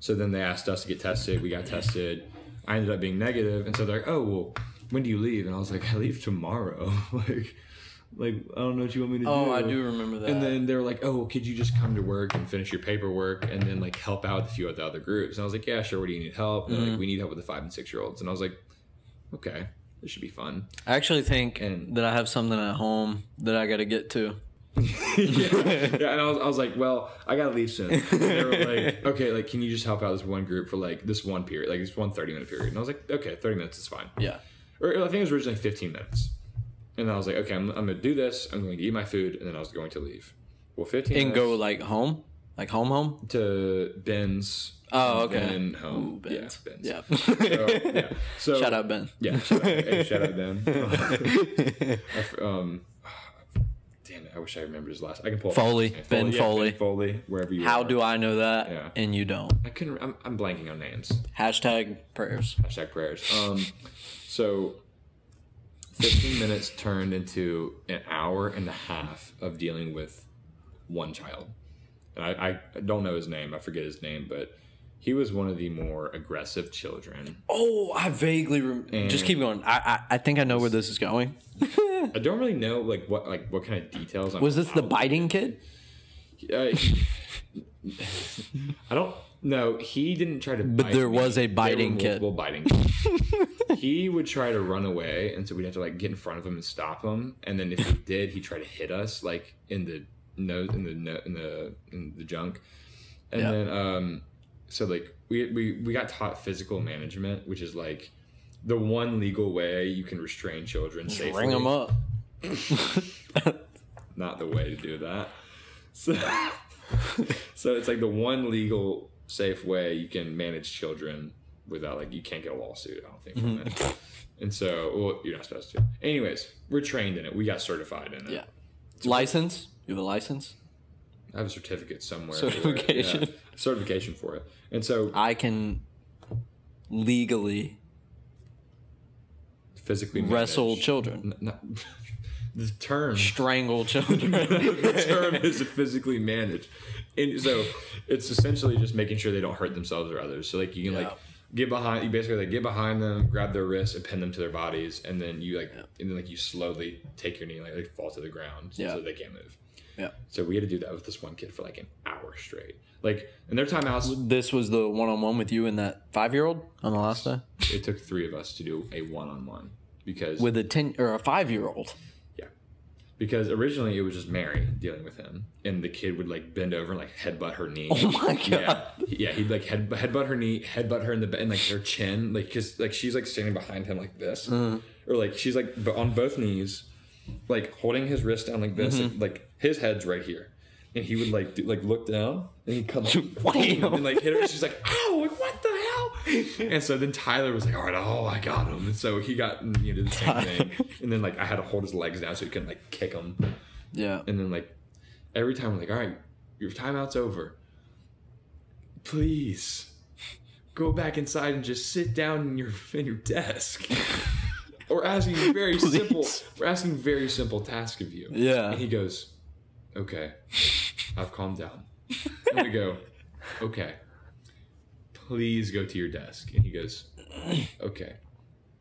Speaker 1: so then they asked us to get tested. We got tested. I ended up being negative, and so they're like, "Oh, well, when do you leave?" And I was like, "I leave tomorrow." like, like I don't know what you want me to do.
Speaker 4: Oh, I do remember that.
Speaker 1: And then they were like, "Oh, well, could you just come to work and finish your paperwork, and then like help out with a few of the other groups?" And I was like, "Yeah, sure. What do you need help?" And they're
Speaker 4: Mm-hmm.
Speaker 1: like, "We need help with the five and six year olds." And I was like, "Okay, this should be fun."
Speaker 4: I actually think
Speaker 1: And-
Speaker 4: that I have something at home that I got to get to.
Speaker 1: yeah. Yeah, and I was, I was like, "Well, I gotta leave soon." And they were like, "Okay, like, can you just help out this one group for like this one period, like this one 30 minute period?" And I was like, "Okay, thirty minutes is fine."
Speaker 4: Yeah.
Speaker 1: or I think it was originally 15 minutes. And I was like, okay, I'm, I'm gonna do this. I'm going to eat my food, and then I was going to leave. Well, 15
Speaker 4: And
Speaker 1: minutes
Speaker 4: go like home, like home, home.
Speaker 1: to Ben's.
Speaker 4: Oh,
Speaker 1: and
Speaker 4: okay.
Speaker 1: Then home.
Speaker 4: Ooh, Ben's.
Speaker 1: Yeah, Ben's.
Speaker 4: Yeah.
Speaker 1: So, Oh, yeah. So,
Speaker 4: Shout out, Ben.
Speaker 1: Yeah. Shout out, hey, shout out Ben. I f- um, damn it! I wish I remembered his last. I can pull up his
Speaker 4: Foley.
Speaker 1: name.
Speaker 4: Ben
Speaker 1: yeah,
Speaker 4: Foley.
Speaker 1: ben Foley. Wherever you.
Speaker 4: How
Speaker 1: are.
Speaker 4: do I know that?
Speaker 1: Yeah.
Speaker 4: And you don't.
Speaker 1: I couldn't? I'm, I'm blanking on names.
Speaker 4: Hashtag prayers.
Speaker 1: Hashtag prayers. Um, so 15 minutes turned into an hour and a half of dealing with one child. And I, I don't know his name. I forget his name, but he was one of the more aggressive children.
Speaker 4: Oh, I vaguely remember. Just keep going. I, I I think I know where this is going.
Speaker 1: I don't really know like what like what kind of details. I'm
Speaker 4: Was this the
Speaker 1: allowed.
Speaker 4: biting kid?
Speaker 1: Uh, I don't. No, he didn't try to.
Speaker 4: But
Speaker 1: bite
Speaker 4: there
Speaker 1: me.
Speaker 4: was a
Speaker 1: There were
Speaker 4: biting kid.
Speaker 1: multiple biting. kids. he would try to run away, and so we'd have to like get in front of him and stop him. And then if he did, he tried to hit us like in the nose, in the no, in the in the junk. And
Speaker 4: Yeah.
Speaker 1: then um, so like we we we got taught physical management, which is like the one legal way you can restrain children safely.
Speaker 4: Ring him up.
Speaker 1: Not the way to do that. So. So it's like the one legal safe way you can manage children without like you can't get a lawsuit. I don't think from
Speaker 4: Mm-hmm.
Speaker 1: that. And so, well, you're not supposed to. Anyways, we're trained in it. We got certified in it.
Speaker 4: Yeah. License? You have a license?
Speaker 1: I have a certificate somewhere. For
Speaker 4: Certification.
Speaker 1: it. Yeah. Certification for it. And so,
Speaker 4: I can legally
Speaker 1: physically manage-
Speaker 4: wrestle children,
Speaker 1: N- not- the term.
Speaker 4: strangle children.
Speaker 1: the term is to physically manage. And so it's essentially just making sure they don't hurt themselves or others. So like you can
Speaker 4: Yeah.
Speaker 1: like get behind you basically like get behind them, grab their wrists and pin them to their bodies, and then you like and then like you slowly take your knee like, like fall to the ground
Speaker 4: Yeah.
Speaker 1: so they can't move.
Speaker 4: yeah.
Speaker 1: So we had to do that with this one kid for like an hour straight. Like and their timeouts
Speaker 4: This was the one on one with you and that five year old on the last day?
Speaker 1: it took three of us to do a one on one because
Speaker 4: With a 10 or a five year old.
Speaker 1: because originally it was just Mary dealing with him, and the kid would like bend over and like headbutt her knee.
Speaker 4: Oh my
Speaker 1: Yeah, yeah. He'd like head headbutt her knee, headbutt her in the be- and like her chin, like because like she's like standing behind him like this, or like she's like b- on both knees, like holding his wrist down like this, and, like his head's right here, and he would like do, like look down and he'd come like,
Speaker 4: Wham!
Speaker 1: and like hit her. She's like, ow, like, what the hell? And so then Tyler was like, all right, oh, I got him. And so he got you know did the same thing, and then like I had to hold his legs down so he couldn't like kick him.
Speaker 4: Yeah.
Speaker 1: And then like every time we're like, all right, your timeout's over. Please go back inside and just sit down in your in your desk. We're asking you very simple.
Speaker 4: Please.
Speaker 1: We're asking very simple task of you.
Speaker 4: Yeah.
Speaker 1: And he goes, "Okay, I've calmed down." And we go, "Okay, please go to your desk." And he goes, "Okay."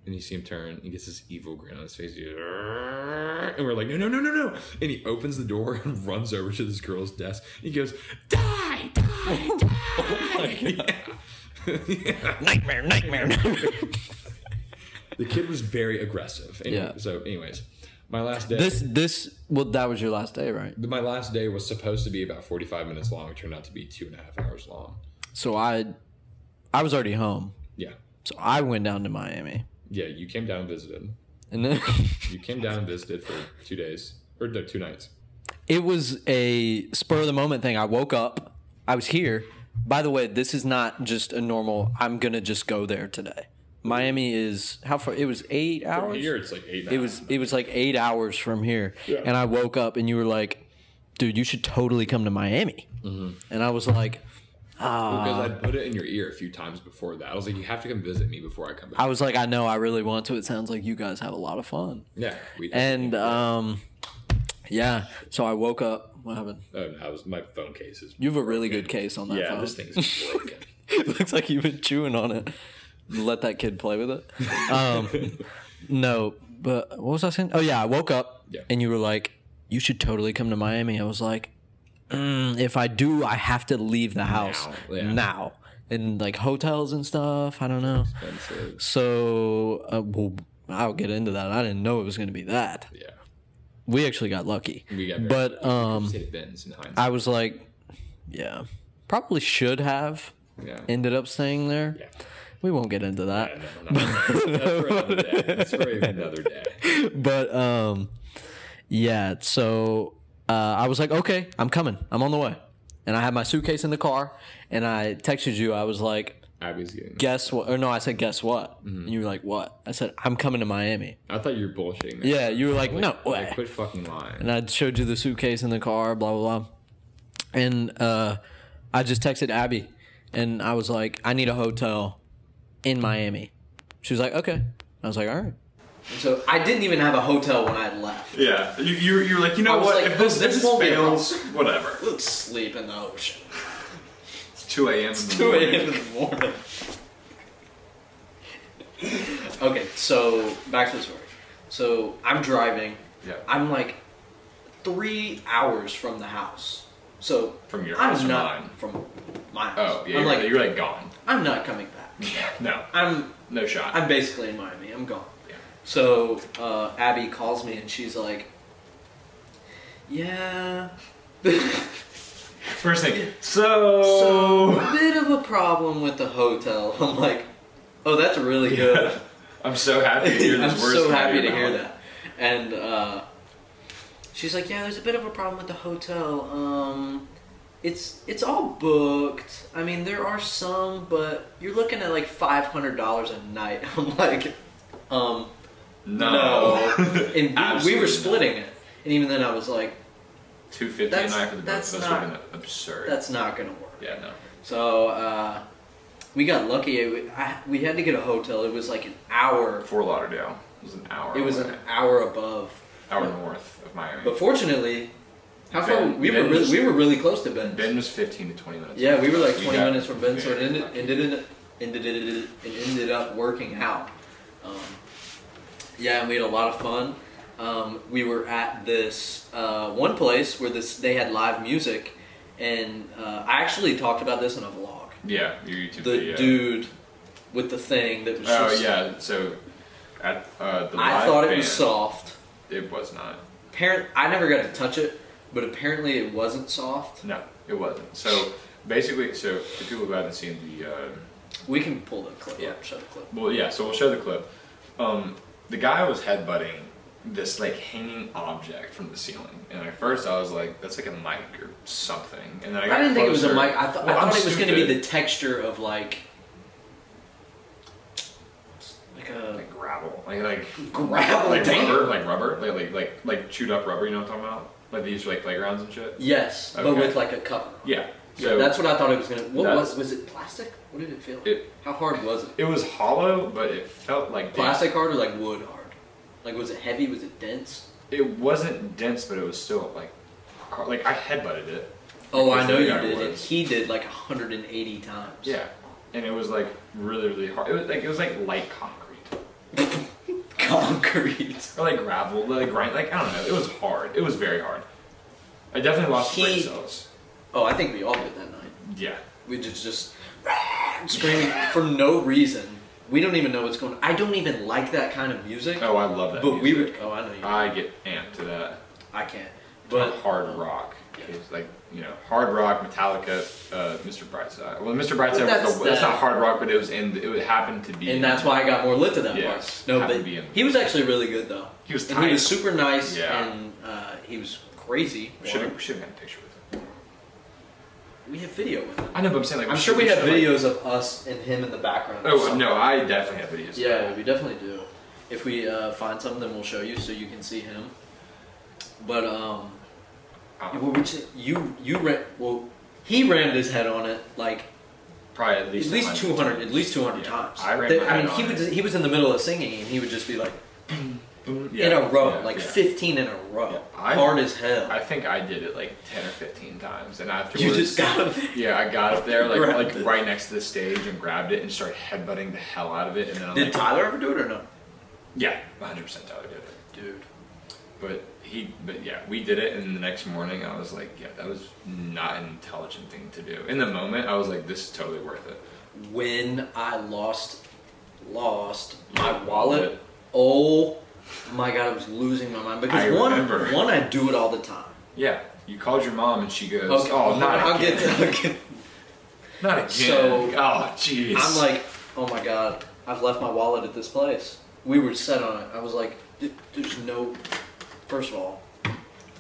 Speaker 1: And you see him turn. He gets this evil grin on his face. He goes, "Arrgh," and we're like, "No, no, no, no, no!" And he opens the door and runs over to this girl's desk. He goes, "Die, die, die!"
Speaker 4: Oh
Speaker 1: Yeah. Yeah.
Speaker 4: Nightmare, nightmare, nightmare.
Speaker 1: The kid was very aggressive. Anyway,
Speaker 4: Yeah.
Speaker 1: So, anyways, my last day.
Speaker 4: this, this, well, that was your last day, right?
Speaker 1: my last day was supposed to be about forty-five minutes long. It turned out to be two and a half hours long.
Speaker 4: So I, I was already home.
Speaker 1: Yeah.
Speaker 4: So I went down to Miami,
Speaker 1: Yeah. You came down and visited.
Speaker 4: and then
Speaker 1: You came down and visited for two days or no, two nights.
Speaker 4: it was a spur of the moment thing. I woke up. I was here. By the way, this is not just a normal. I'm gonna just go there today. Miami is how far? It was eight
Speaker 1: From
Speaker 4: hours.
Speaker 1: here, it's like eight. and a
Speaker 4: It
Speaker 1: half.
Speaker 4: was it was like eight hours from here,
Speaker 1: Yeah.
Speaker 4: and I woke up and you were like, "Dude, you should totally come to Miami."
Speaker 1: Mm-hmm.
Speaker 4: And I was like,
Speaker 1: because
Speaker 4: uh,
Speaker 1: I'd put it in your ear a few times before that. I was like, you have to come visit me before I come back.
Speaker 4: "I was like, I know, I really want to. It sounds like you guys have a lot of fun."
Speaker 1: yeah. We
Speaker 4: And um, yeah, so I woke up. What happened?
Speaker 1: oh, no, I was, my phone case is.
Speaker 4: You have a really good case on that
Speaker 1: yeah,
Speaker 4: phone.
Speaker 1: this thing's broken.
Speaker 4: Looks like you've been chewing on it. Let that kid play with it. Um, no, but what was I saying? Oh yeah, I woke up
Speaker 1: Yeah.
Speaker 4: and you were like, "You should totally come to Miami." I was like, mm, "If I do, I have to leave the house
Speaker 1: Now, yeah.
Speaker 4: now." And like hotels and stuff. I don't know.
Speaker 1: And so,
Speaker 4: So uh, well, I'll get into that. I didn't know it was going to be that.
Speaker 1: yeah.
Speaker 4: We actually got lucky.
Speaker 1: We got very
Speaker 4: but um,
Speaker 1: It bends in hindsight.
Speaker 4: I was like, yeah, probably should have
Speaker 1: yeah.
Speaker 4: ended up staying there.
Speaker 1: yeah.
Speaker 4: We won't get into that.
Speaker 1: I don't know. That's for another day. That's for another day.
Speaker 4: but um yeah so uh, i was like okay i'm coming i'm on the way and i had my suitcase in the car and i texted you i was like
Speaker 1: Abby's getting.
Speaker 4: guess what or no i said guess what
Speaker 1: Mm-hmm.
Speaker 4: and you were like what i said i'm coming to miami
Speaker 1: I thought you were bullshitting. Me.
Speaker 4: yeah you were like no way
Speaker 1: Like, quit fucking lying.
Speaker 4: and i showed you the suitcase in the car blah blah blah and uh i just texted abby and i was like i need a hotel in miami she was like okay i was like all right
Speaker 3: So I didn't even have a hotel when I left.
Speaker 5: Yeah, you, you, you were like, you know
Speaker 3: I was
Speaker 5: what?
Speaker 3: like, oh,
Speaker 5: if this,
Speaker 3: this
Speaker 5: this,
Speaker 3: won't be
Speaker 5: fails,
Speaker 3: helpful.
Speaker 5: whatever.
Speaker 3: Let's sleep in the ocean.
Speaker 5: It's 2 a.m. It's
Speaker 3: 2 a.m. in the morning. okay, so back to the story. So I'm driving.
Speaker 5: Yeah.
Speaker 3: I'm like three hours from the house. So
Speaker 5: From your
Speaker 3: I'm
Speaker 5: house or
Speaker 3: not
Speaker 5: mine?
Speaker 3: from my house.
Speaker 5: Oh, yeah,
Speaker 3: I'm
Speaker 5: you're
Speaker 3: like
Speaker 5: like, you're like gone.
Speaker 3: I'm not coming back.
Speaker 5: No,
Speaker 3: I'm
Speaker 5: no shot.
Speaker 3: I'm basically in Miami. I'm gone.
Speaker 5: Yeah.
Speaker 3: So uh, Abby calls me and she's like, "Yeah,
Speaker 5: First thing, so. Oh.
Speaker 3: so a bit of a problem with the hotel." I'm like, "Oh, that's really good."
Speaker 5: I'm so happy to hear this
Speaker 3: I'm
Speaker 5: words
Speaker 3: so
Speaker 5: come out of
Speaker 3: happy to
Speaker 5: your
Speaker 3: hear
Speaker 5: mouth.
Speaker 3: that. And uh, she's like, "Yeah, there's a bit of a problem with the hotel. Um, it's it's all booked. I mean, there are some, but you're looking at like five hundred dollars a night." I'm like, "Um,
Speaker 5: No.
Speaker 3: and we, we
Speaker 5: Absolutely
Speaker 3: were
Speaker 5: not.
Speaker 3: splitting it. And even then, I was like,
Speaker 5: 250
Speaker 3: That's-
Speaker 5: a night for the
Speaker 3: that's
Speaker 5: both of us
Speaker 3: not-
Speaker 5: would have been absurd.
Speaker 3: "That's not gonna work."
Speaker 5: yeah, no.
Speaker 3: So uh, we got lucky. It, I, we had to get a hotel. It was like an hour.
Speaker 5: Fort Lauderdale was an hour.
Speaker 3: It was
Speaker 5: away.
Speaker 3: an hour above
Speaker 5: hour north of Miami.
Speaker 3: But fortunately, how far
Speaker 5: Ben-
Speaker 3: we were
Speaker 5: Ben
Speaker 3: really,
Speaker 5: was-
Speaker 3: we were really close to Ben.
Speaker 5: Ben was 15 to 20 minutes.
Speaker 3: Yeah, we were like
Speaker 5: We
Speaker 3: 20
Speaker 5: got
Speaker 3: minutes from Ben, so it
Speaker 5: very
Speaker 3: ended
Speaker 5: lucky.
Speaker 3: ended in, ended it it ended up working out. Um, yeah, and we had a lot of fun. Um, we were at this uh, one place where this they had live music, and uh, I actually talked about this in a vlog.
Speaker 5: Yeah, your YouTube
Speaker 3: The
Speaker 5: video.
Speaker 3: dude with the thing that was
Speaker 5: Oh
Speaker 3: just,
Speaker 5: yeah, so at uh, the
Speaker 3: I
Speaker 5: live
Speaker 3: thought it
Speaker 5: band,
Speaker 3: was soft.
Speaker 5: It was not.
Speaker 3: Apparent, I never got to touch it, but apparently it wasn't soft.
Speaker 5: No, it wasn't. So basically, so for people who haven't seen the, uh,
Speaker 3: We can pull the clip.
Speaker 5: Yeah.
Speaker 3: up, show the clip.
Speaker 5: well, yeah. So we'll show the clip. Um, the guy was headbutting this like hanging object from the ceiling, and at first I was like, "That's like a mic or something." And then I, got
Speaker 3: I didn't think it was a
Speaker 5: closer.
Speaker 3: mic. I, th-
Speaker 5: Well,
Speaker 3: I
Speaker 5: I'm
Speaker 3: thought it was going to be
Speaker 5: stupid.
Speaker 3: the texture of like, like a
Speaker 5: like gravel, like like
Speaker 3: gravel.
Speaker 5: like
Speaker 3: thing.
Speaker 5: rubber, like rubber, like like like like chewed up rubber. You know what I'm talking about? Like these like playgrounds and shit.
Speaker 3: Yes, but
Speaker 5: Okay.
Speaker 3: with like a cover.
Speaker 5: Yeah.
Speaker 1: So
Speaker 3: That's what I thought it was gonna. What
Speaker 1: That's-
Speaker 3: was was it? Plastic? What did it feel?
Speaker 1: It-
Speaker 3: How hard was it?
Speaker 1: it was hollow, but it felt like
Speaker 3: Plastic hard or like wood hard? Like was it heavy? Was it dense?
Speaker 1: It wasn't dense, but it was still like, har- like I headbutted it.
Speaker 3: Oh,
Speaker 1: Because
Speaker 3: I know
Speaker 1: the
Speaker 3: you
Speaker 1: guy
Speaker 3: did it.
Speaker 1: was.
Speaker 3: He did like 180 times.
Speaker 1: Yeah, and it was like really, really hard. It was like it was like light concrete
Speaker 3: Concrete.
Speaker 1: or like gravel, like grind. Like I don't know. It was hard. It was very hard. I definitely lost brain
Speaker 3: He-
Speaker 1: cells.
Speaker 3: Oh, I think we all did that night.
Speaker 1: Yeah,
Speaker 3: We just just screaming for no reason. We don't even know what's going. on. I don't even like that kind of music.
Speaker 1: Oh, I love that.
Speaker 3: but we
Speaker 1: music.
Speaker 3: would. Oh, I know you.
Speaker 1: I get amped to that.
Speaker 3: I can't. But
Speaker 1: hard rock,
Speaker 3: Yeah.
Speaker 1: It's like you know, hard rock, Metallica, uh, Mr. Brightside. Well, Mr. Brightside
Speaker 3: that's
Speaker 1: was the, that's
Speaker 3: that.
Speaker 1: not hard rock, but it was in. It happened to be.
Speaker 3: and
Speaker 1: in-
Speaker 3: that's why I got more lit to that
Speaker 1: Yes,
Speaker 3: part. No,
Speaker 1: happened
Speaker 3: but
Speaker 1: to be in-
Speaker 3: he was actually really good though.
Speaker 1: He was
Speaker 3: And he was
Speaker 1: tight.
Speaker 3: super nice,
Speaker 1: Yeah.
Speaker 3: and uh, he was crazy.
Speaker 1: we should have we should have got a picture with him.
Speaker 3: We have video with him.
Speaker 1: I know, but I'm saying like
Speaker 3: I'm
Speaker 1: we
Speaker 3: sure
Speaker 1: should-
Speaker 3: we have
Speaker 1: should
Speaker 3: videos of us and him in the background. or
Speaker 1: oh
Speaker 3: something.
Speaker 1: no, I definitely have videos.
Speaker 3: Yeah, we definitely do. If we uh, find something, then we'll show you so you can see him. But um,
Speaker 1: Um,
Speaker 3: well, which you you ran well, he rammed his head on it like
Speaker 1: probably at least
Speaker 3: at least
Speaker 1: 100.
Speaker 3: 200, at least 200
Speaker 1: Yeah,
Speaker 3: times.
Speaker 1: I rammed
Speaker 3: They-
Speaker 1: my
Speaker 3: I
Speaker 1: head
Speaker 3: mean, he
Speaker 1: on
Speaker 3: would
Speaker 1: it.
Speaker 3: he was in the middle of singing and he would just be like
Speaker 1: Boom.
Speaker 3: in
Speaker 1: Yeah,
Speaker 3: a row,
Speaker 1: yeah,
Speaker 3: like
Speaker 1: yeah.
Speaker 3: 15 in a row,
Speaker 1: Yeah, I-
Speaker 3: hard as hell.
Speaker 1: I think I did it like ten or fifteen times, and afterwards
Speaker 3: you just got him.
Speaker 1: Yeah, I got up there like
Speaker 3: Grabbed
Speaker 1: like
Speaker 3: it.
Speaker 1: right next to the stage and grabbed it and started headbutting the hell out of it, and then I'm
Speaker 3: Did
Speaker 1: like,
Speaker 3: Tyler ever do it or no?
Speaker 1: yeah, 100 percent Tyler did it.
Speaker 3: Dude,
Speaker 1: But he, but yeah, we did it, and the next morning I was like, yeah, that was not an intelligent thing to do. In the moment, I was like, this is totally worth it.
Speaker 3: when I lost lost my
Speaker 1: My
Speaker 3: wallet. Oh my god, I was losing my mind because
Speaker 1: I
Speaker 3: one
Speaker 1: remember.
Speaker 3: one I do it all the time.
Speaker 1: Yeah, you called your mom, and she goes, oh, not
Speaker 3: I'll
Speaker 1: again,
Speaker 3: get to I'll get-
Speaker 1: not again.
Speaker 3: So-
Speaker 1: oh, jeez.
Speaker 3: I'm like, oh my god, I've left my wallet at this place. We were set on it. I was like, "Th- there's no. First of all,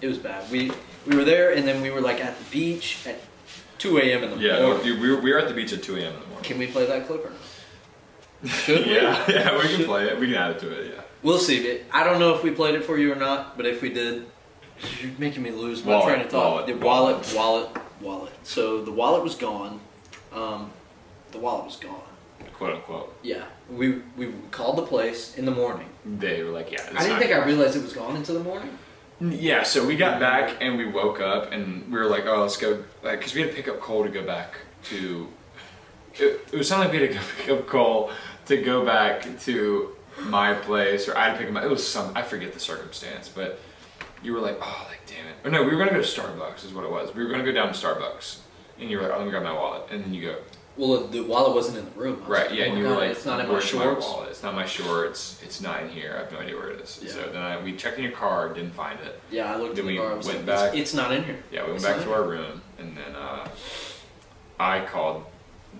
Speaker 3: it was bad. We we were there and then we were like at the beach at 2 a.m. in the
Speaker 1: yeah, no,
Speaker 3: morning.
Speaker 1: dude, we were, we were at the beach at 2 a.m. in the morning.
Speaker 3: Can we play that clip or not?
Speaker 1: yeah, yeah, we can play it. We can add it to it. Yeah.
Speaker 3: We'll see. It- I don't know if we played it for you or not, but if we did, you're making me lose my
Speaker 1: Wallet,
Speaker 3: train of thought.
Speaker 1: wallet,
Speaker 3: the wallet, wallet, wallet. So the wallet was gone. Um, the wallet was gone.
Speaker 1: Quote unquote.
Speaker 3: Yeah, we we called the place in the morning.
Speaker 1: They were like, yeah.
Speaker 3: I didn't think I realized it was gone until the morning.
Speaker 1: Yeah, so we got back and we woke up and we were like, oh, let's go, like, because we had to pick up Cole to go back to. It, it was something like we had to go pick up Cole to go back to my place, or I had to pick him up. It was some, I forget the circumstance, but you were like, oh, like, damn it. Or no, we were gonna go to Starbucks, is what it was. We were gonna go down to Starbucks. And you were like, oh, let me grab my wallet. And then you go,
Speaker 3: Well, the wallet wasn't in the room. I was
Speaker 1: Right,
Speaker 3: like,
Speaker 1: yeah,
Speaker 3: oh
Speaker 1: and
Speaker 3: my
Speaker 1: you were
Speaker 3: God,
Speaker 1: like,
Speaker 3: it's not in my
Speaker 1: "Where's
Speaker 3: shorts.
Speaker 1: wallet? It's not my shorts. It's not in here. I have no idea where it is.
Speaker 3: Yeah.
Speaker 1: So then I, we checked in your car, didn't find it.
Speaker 3: Yeah, I looked
Speaker 1: Then
Speaker 3: in the
Speaker 1: we
Speaker 3: car. I was
Speaker 1: went
Speaker 3: like,
Speaker 1: back.
Speaker 3: It's, it's not in here.
Speaker 1: Yeah, we went
Speaker 3: It's
Speaker 1: back
Speaker 3: not
Speaker 1: to
Speaker 3: in
Speaker 1: our room, and then uh, I called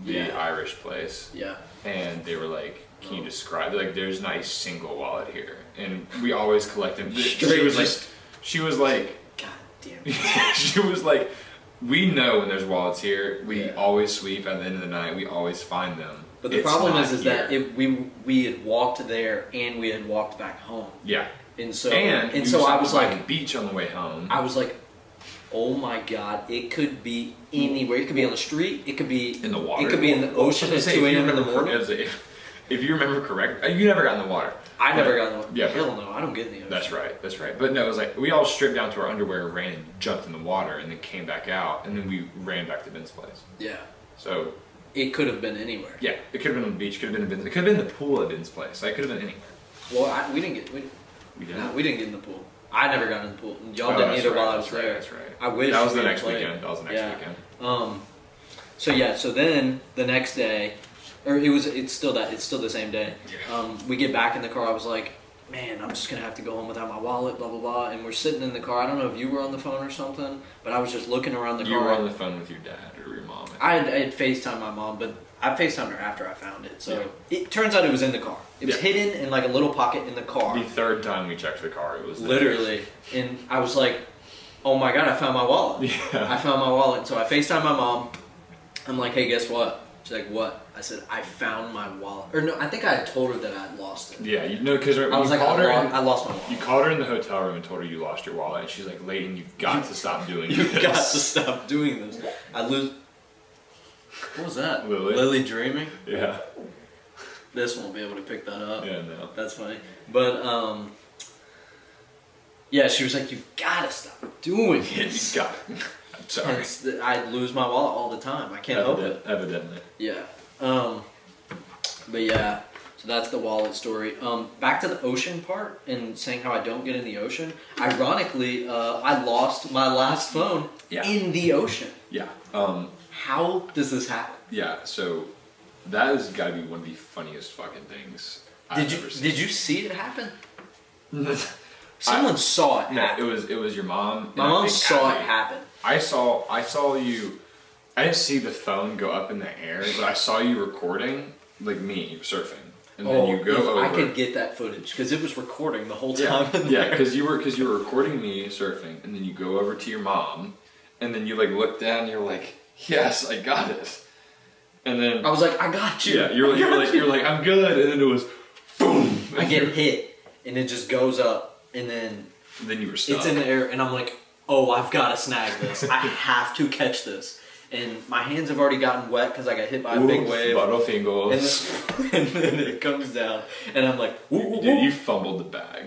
Speaker 1: the
Speaker 3: Yeah. Oh.
Speaker 1: Irish place,
Speaker 3: here." Yeah.
Speaker 1: and they were like, "Can you describe?" They're like, "There's not a single wallet here," and we always collect them.
Speaker 3: Straight
Speaker 1: she was
Speaker 3: just-
Speaker 1: like, she was like,
Speaker 3: God damn. it.
Speaker 1: she was like, "We know when there's wallets here. We
Speaker 3: Yeah.
Speaker 1: always sweep at the end of the night. We always find them."
Speaker 3: But the
Speaker 1: It's
Speaker 3: problem
Speaker 1: not
Speaker 3: is, is that
Speaker 1: here."
Speaker 3: it, we we had walked there and we had walked back home,
Speaker 1: yeah,
Speaker 3: and so
Speaker 1: and we
Speaker 3: so I
Speaker 1: stopped
Speaker 3: was
Speaker 1: by
Speaker 3: like,
Speaker 1: the beach on the way home.
Speaker 3: I was like, oh my god, it could be anywhere. It could be on the street. It could be
Speaker 1: in the water.
Speaker 3: It could be in the ocean at
Speaker 1: Say, if
Speaker 3: two
Speaker 1: you
Speaker 3: a.m. in the
Speaker 1: remember cor-
Speaker 3: morning.
Speaker 1: as If, if you remember correct, uh, you never got in the water.
Speaker 3: I
Speaker 1: But-
Speaker 3: never got in the
Speaker 1: Yeah,
Speaker 3: Hell no, I don't get in the ocean.
Speaker 1: That's right. That's right. But no, it was like we all stripped down to our underwear, ran and jumped in the water, and then came back out, and then we ran back to Ben's place.
Speaker 3: Yeah,
Speaker 1: So
Speaker 3: it could have been anywhere.
Speaker 1: yeah, it could have been on the beach, could have been at Ben's, it could have been in the pool at Ben's place. Like, it could have been anywhere.
Speaker 3: Well, I, we didn't get we,
Speaker 1: We did.
Speaker 3: no, we didn't get in the pool. I never got in the pool. Y'all
Speaker 1: Oh,
Speaker 3: didn't
Speaker 1: that's
Speaker 3: either
Speaker 1: Oh, right,
Speaker 3: while I was
Speaker 1: that's right,
Speaker 3: there.
Speaker 1: that's right.
Speaker 3: I wish
Speaker 1: That was the
Speaker 3: we had
Speaker 1: next
Speaker 3: played.
Speaker 1: weekend, that was the next
Speaker 3: Yeah.
Speaker 1: weekend.
Speaker 3: Um, so yeah, so then the next day, or it was it's still that it's still the same day.
Speaker 1: Yeah.
Speaker 3: Um, we get back in the car. I was like, man, I'm just gonna have to go home without my wallet. Blah blah blah. And we're sitting in the car. I don't know if you were on the phone or something, but I was just looking around the
Speaker 1: You
Speaker 3: car.
Speaker 1: were on the phone with your dad or your mom.
Speaker 3: I had, I had FaceTime my mom, but I FaceTimed her after I found it. So it turns out it was in the car. It was
Speaker 1: Yeah.
Speaker 3: hidden in like a little pocket in the car.
Speaker 1: the third time we checked the car, it was there.
Speaker 3: Literally. And I was like, oh my god, I found my wallet.
Speaker 1: Yeah.
Speaker 3: I found my wallet. So I FaceTime my mom. I'm like, hey, guess what? She's like, what? I said, I found my wallet. Or no, I think I had told her that I had lost it.
Speaker 1: Yeah, you know, because
Speaker 3: I was
Speaker 1: you
Speaker 3: like,
Speaker 1: called
Speaker 3: I,
Speaker 1: her.
Speaker 3: lo-
Speaker 1: in-
Speaker 3: I lost my
Speaker 1: you
Speaker 3: wallet.
Speaker 1: called her in the hotel room and told her you lost your wallet, and she's like, "Layton, you've got to stop doing
Speaker 3: You've
Speaker 1: this."
Speaker 3: got to stop doing this. I lose. What was that?
Speaker 1: Lily.
Speaker 3: dreaming.
Speaker 1: Yeah.
Speaker 3: This won't be able to pick that up.
Speaker 1: Yeah, no.
Speaker 3: That's funny. But um, yeah, she was like, "You've got to stop doing
Speaker 1: You
Speaker 3: it."
Speaker 1: got it. I'm sorry.
Speaker 3: It's the- I lose my wallet all the time. I can't help it.
Speaker 1: Eviden- evidently.
Speaker 3: Yeah. Um, but yeah, so that's the wallet story. Um, back to the ocean part and saying how I don't get in the ocean. Ironically, uh, I lost my last phone
Speaker 1: Yeah.
Speaker 3: in the ocean.
Speaker 1: Yeah. Um,
Speaker 3: How does this happen?
Speaker 1: yeah, so that has got to be one of the funniest fucking things I've
Speaker 3: Did you
Speaker 1: ever seen.
Speaker 3: did you see it happen?
Speaker 1: No,
Speaker 3: Someone saw it.
Speaker 1: it
Speaker 3: happen.
Speaker 1: was it was your mom. and
Speaker 3: My
Speaker 1: I
Speaker 3: mom
Speaker 1: think
Speaker 3: saw it
Speaker 1: Kylie.
Speaker 3: happen.
Speaker 1: I saw I saw you. I didn't see the phone go up in the air, but I saw you recording, like me surfing, and
Speaker 3: oh,
Speaker 1: then you go
Speaker 3: if
Speaker 1: over.
Speaker 3: I could get that footage because it was recording the whole time.
Speaker 1: yeah, yeah, because you were because you were recording me surfing, and then you go over to your mom, and then you like look down, and you're like, "Yes, I got it," and then
Speaker 3: I was like, I got you.
Speaker 1: yeah, you're,
Speaker 3: I
Speaker 1: like- you're
Speaker 3: got
Speaker 1: like
Speaker 3: you.
Speaker 1: you're like I'm good, and then it was boom.
Speaker 3: I get hit and it just goes up and then
Speaker 1: And then you were stuck.
Speaker 3: it's in the air and I'm like, oh, I've got to snag this. I have to catch this. And my hands have already gotten wet because I got hit by a big
Speaker 1: Oof,
Speaker 3: wave.
Speaker 1: Bottle
Speaker 3: And
Speaker 1: fingers.
Speaker 3: then, and then it comes down and I'm like, whoop, whoop,
Speaker 1: Dude,
Speaker 3: whoop.
Speaker 1: you fumbled the bag.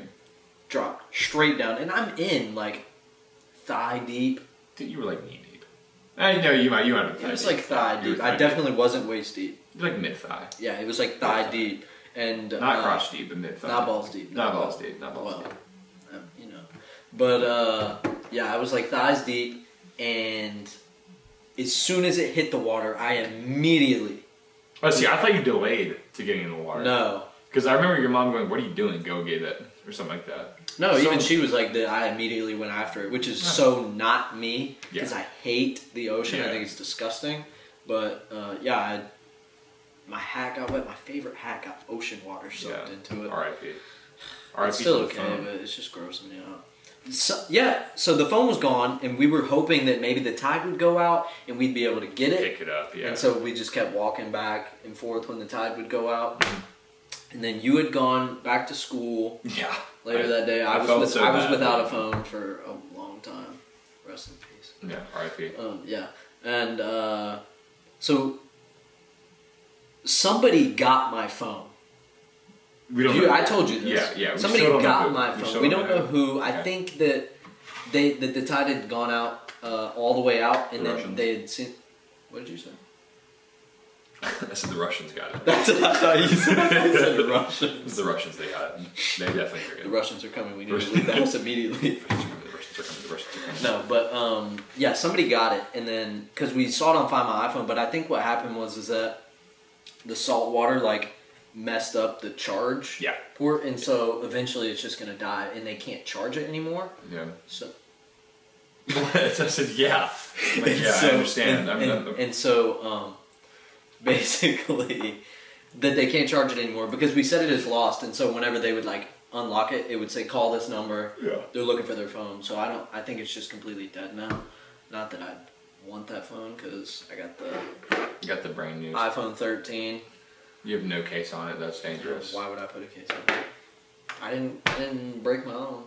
Speaker 3: drop straight down and I'm in like thigh deep.
Speaker 1: Dude, you were like knee deep. I know you might. You might have. been
Speaker 3: It was
Speaker 1: deep.
Speaker 3: like thigh
Speaker 1: You were
Speaker 3: deep. I definitely wasn't waist deep.
Speaker 1: You're like mid thigh.
Speaker 3: Yeah, it was like thigh deep and
Speaker 1: Not
Speaker 3: uh,
Speaker 1: crotch deep, but mid thigh.
Speaker 3: not balls deep,
Speaker 1: Not
Speaker 3: not
Speaker 1: balls deep. Not balls
Speaker 3: Well,
Speaker 1: deep.
Speaker 3: um, you know, but uh, yeah, I was like thighs deep, and as soon as it hit the water, I immediately
Speaker 1: Oh, see, I thought you delayed to getting in the water.
Speaker 3: no,
Speaker 1: Because I remember your mom going, What are you doing? Go get it. Or something like that.
Speaker 3: no.
Speaker 1: So-
Speaker 3: even she was like that. I immediately went after it, which is so not me because
Speaker 1: Yeah.
Speaker 3: I hate the ocean. I
Speaker 1: Yeah.
Speaker 3: think it's disgusting. But uh, yeah, I, my hat got wet. My favorite hat got ocean water soaked into it.
Speaker 1: RIP. RIP.
Speaker 3: It's still
Speaker 1: to the
Speaker 3: okay,
Speaker 1: phone.
Speaker 3: but it's just grossing me out. So, yeah, so the phone was gone, and we were hoping that maybe the tide would go out and we'd be able to get it.
Speaker 1: Pick it up, yeah.
Speaker 3: And so we just kept walking back and forth when the tide would go out. And then you had gone back to school
Speaker 1: yeah.
Speaker 3: later
Speaker 1: I-
Speaker 3: that day. I,
Speaker 1: I
Speaker 3: was
Speaker 1: felt
Speaker 3: with,
Speaker 1: so
Speaker 3: I was
Speaker 1: bad.
Speaker 3: without a phone for a long time. Rest in peace.
Speaker 1: Yeah, RIP.
Speaker 3: Um, yeah, and uh, so somebody got my phone.
Speaker 1: We don't
Speaker 3: You,
Speaker 1: know.
Speaker 3: I told you this.
Speaker 1: Yeah, yeah. we
Speaker 3: Somebody
Speaker 1: still don't know
Speaker 3: got
Speaker 1: who-
Speaker 3: my
Speaker 1: we
Speaker 3: phone.
Speaker 1: still
Speaker 3: We, don't know who. I
Speaker 1: Yeah.
Speaker 3: think that they that the tide had gone out uh, all the way out, and
Speaker 1: The
Speaker 3: then
Speaker 1: Russians.
Speaker 3: they had seen. What did you say?
Speaker 1: I said the Russians got it.
Speaker 3: That's what I thought you said. I said the Russians.
Speaker 1: It's the Russians, they got it. They definitely figured
Speaker 3: The
Speaker 1: it.
Speaker 3: Russians are coming. We need to
Speaker 1: Russians.
Speaker 3: leave the house immediately.
Speaker 1: The Russians are coming, the Russians are coming, the Russians are coming.
Speaker 3: No, but um, yeah, somebody got it, and then because we saw it on Find My iPhone, but I think what happened was is that the salt water like messed up the charge
Speaker 1: Yeah.
Speaker 3: port, and so eventually it's just gonna die, and they can't charge it anymore.
Speaker 1: Yeah.
Speaker 3: So
Speaker 1: so I said, yeah. Like,
Speaker 3: And
Speaker 1: yeah,
Speaker 3: so-
Speaker 1: I understand.
Speaker 3: And,
Speaker 1: I'm
Speaker 3: and-
Speaker 1: not-
Speaker 3: and so, um, basically, that they can't charge it anymore because we said it is lost, and so whenever they would like unlock it, it would say call this number.
Speaker 1: Yeah.
Speaker 3: They're looking for their phone, so I don't. I think it's just completely dead now. Not that I want that phone because I got the
Speaker 1: you got the brain news.
Speaker 3: iPhone 13.
Speaker 1: You have no case on it. That's dangerous.
Speaker 3: Why would I put a case on it? I didn't. I didn't break my own.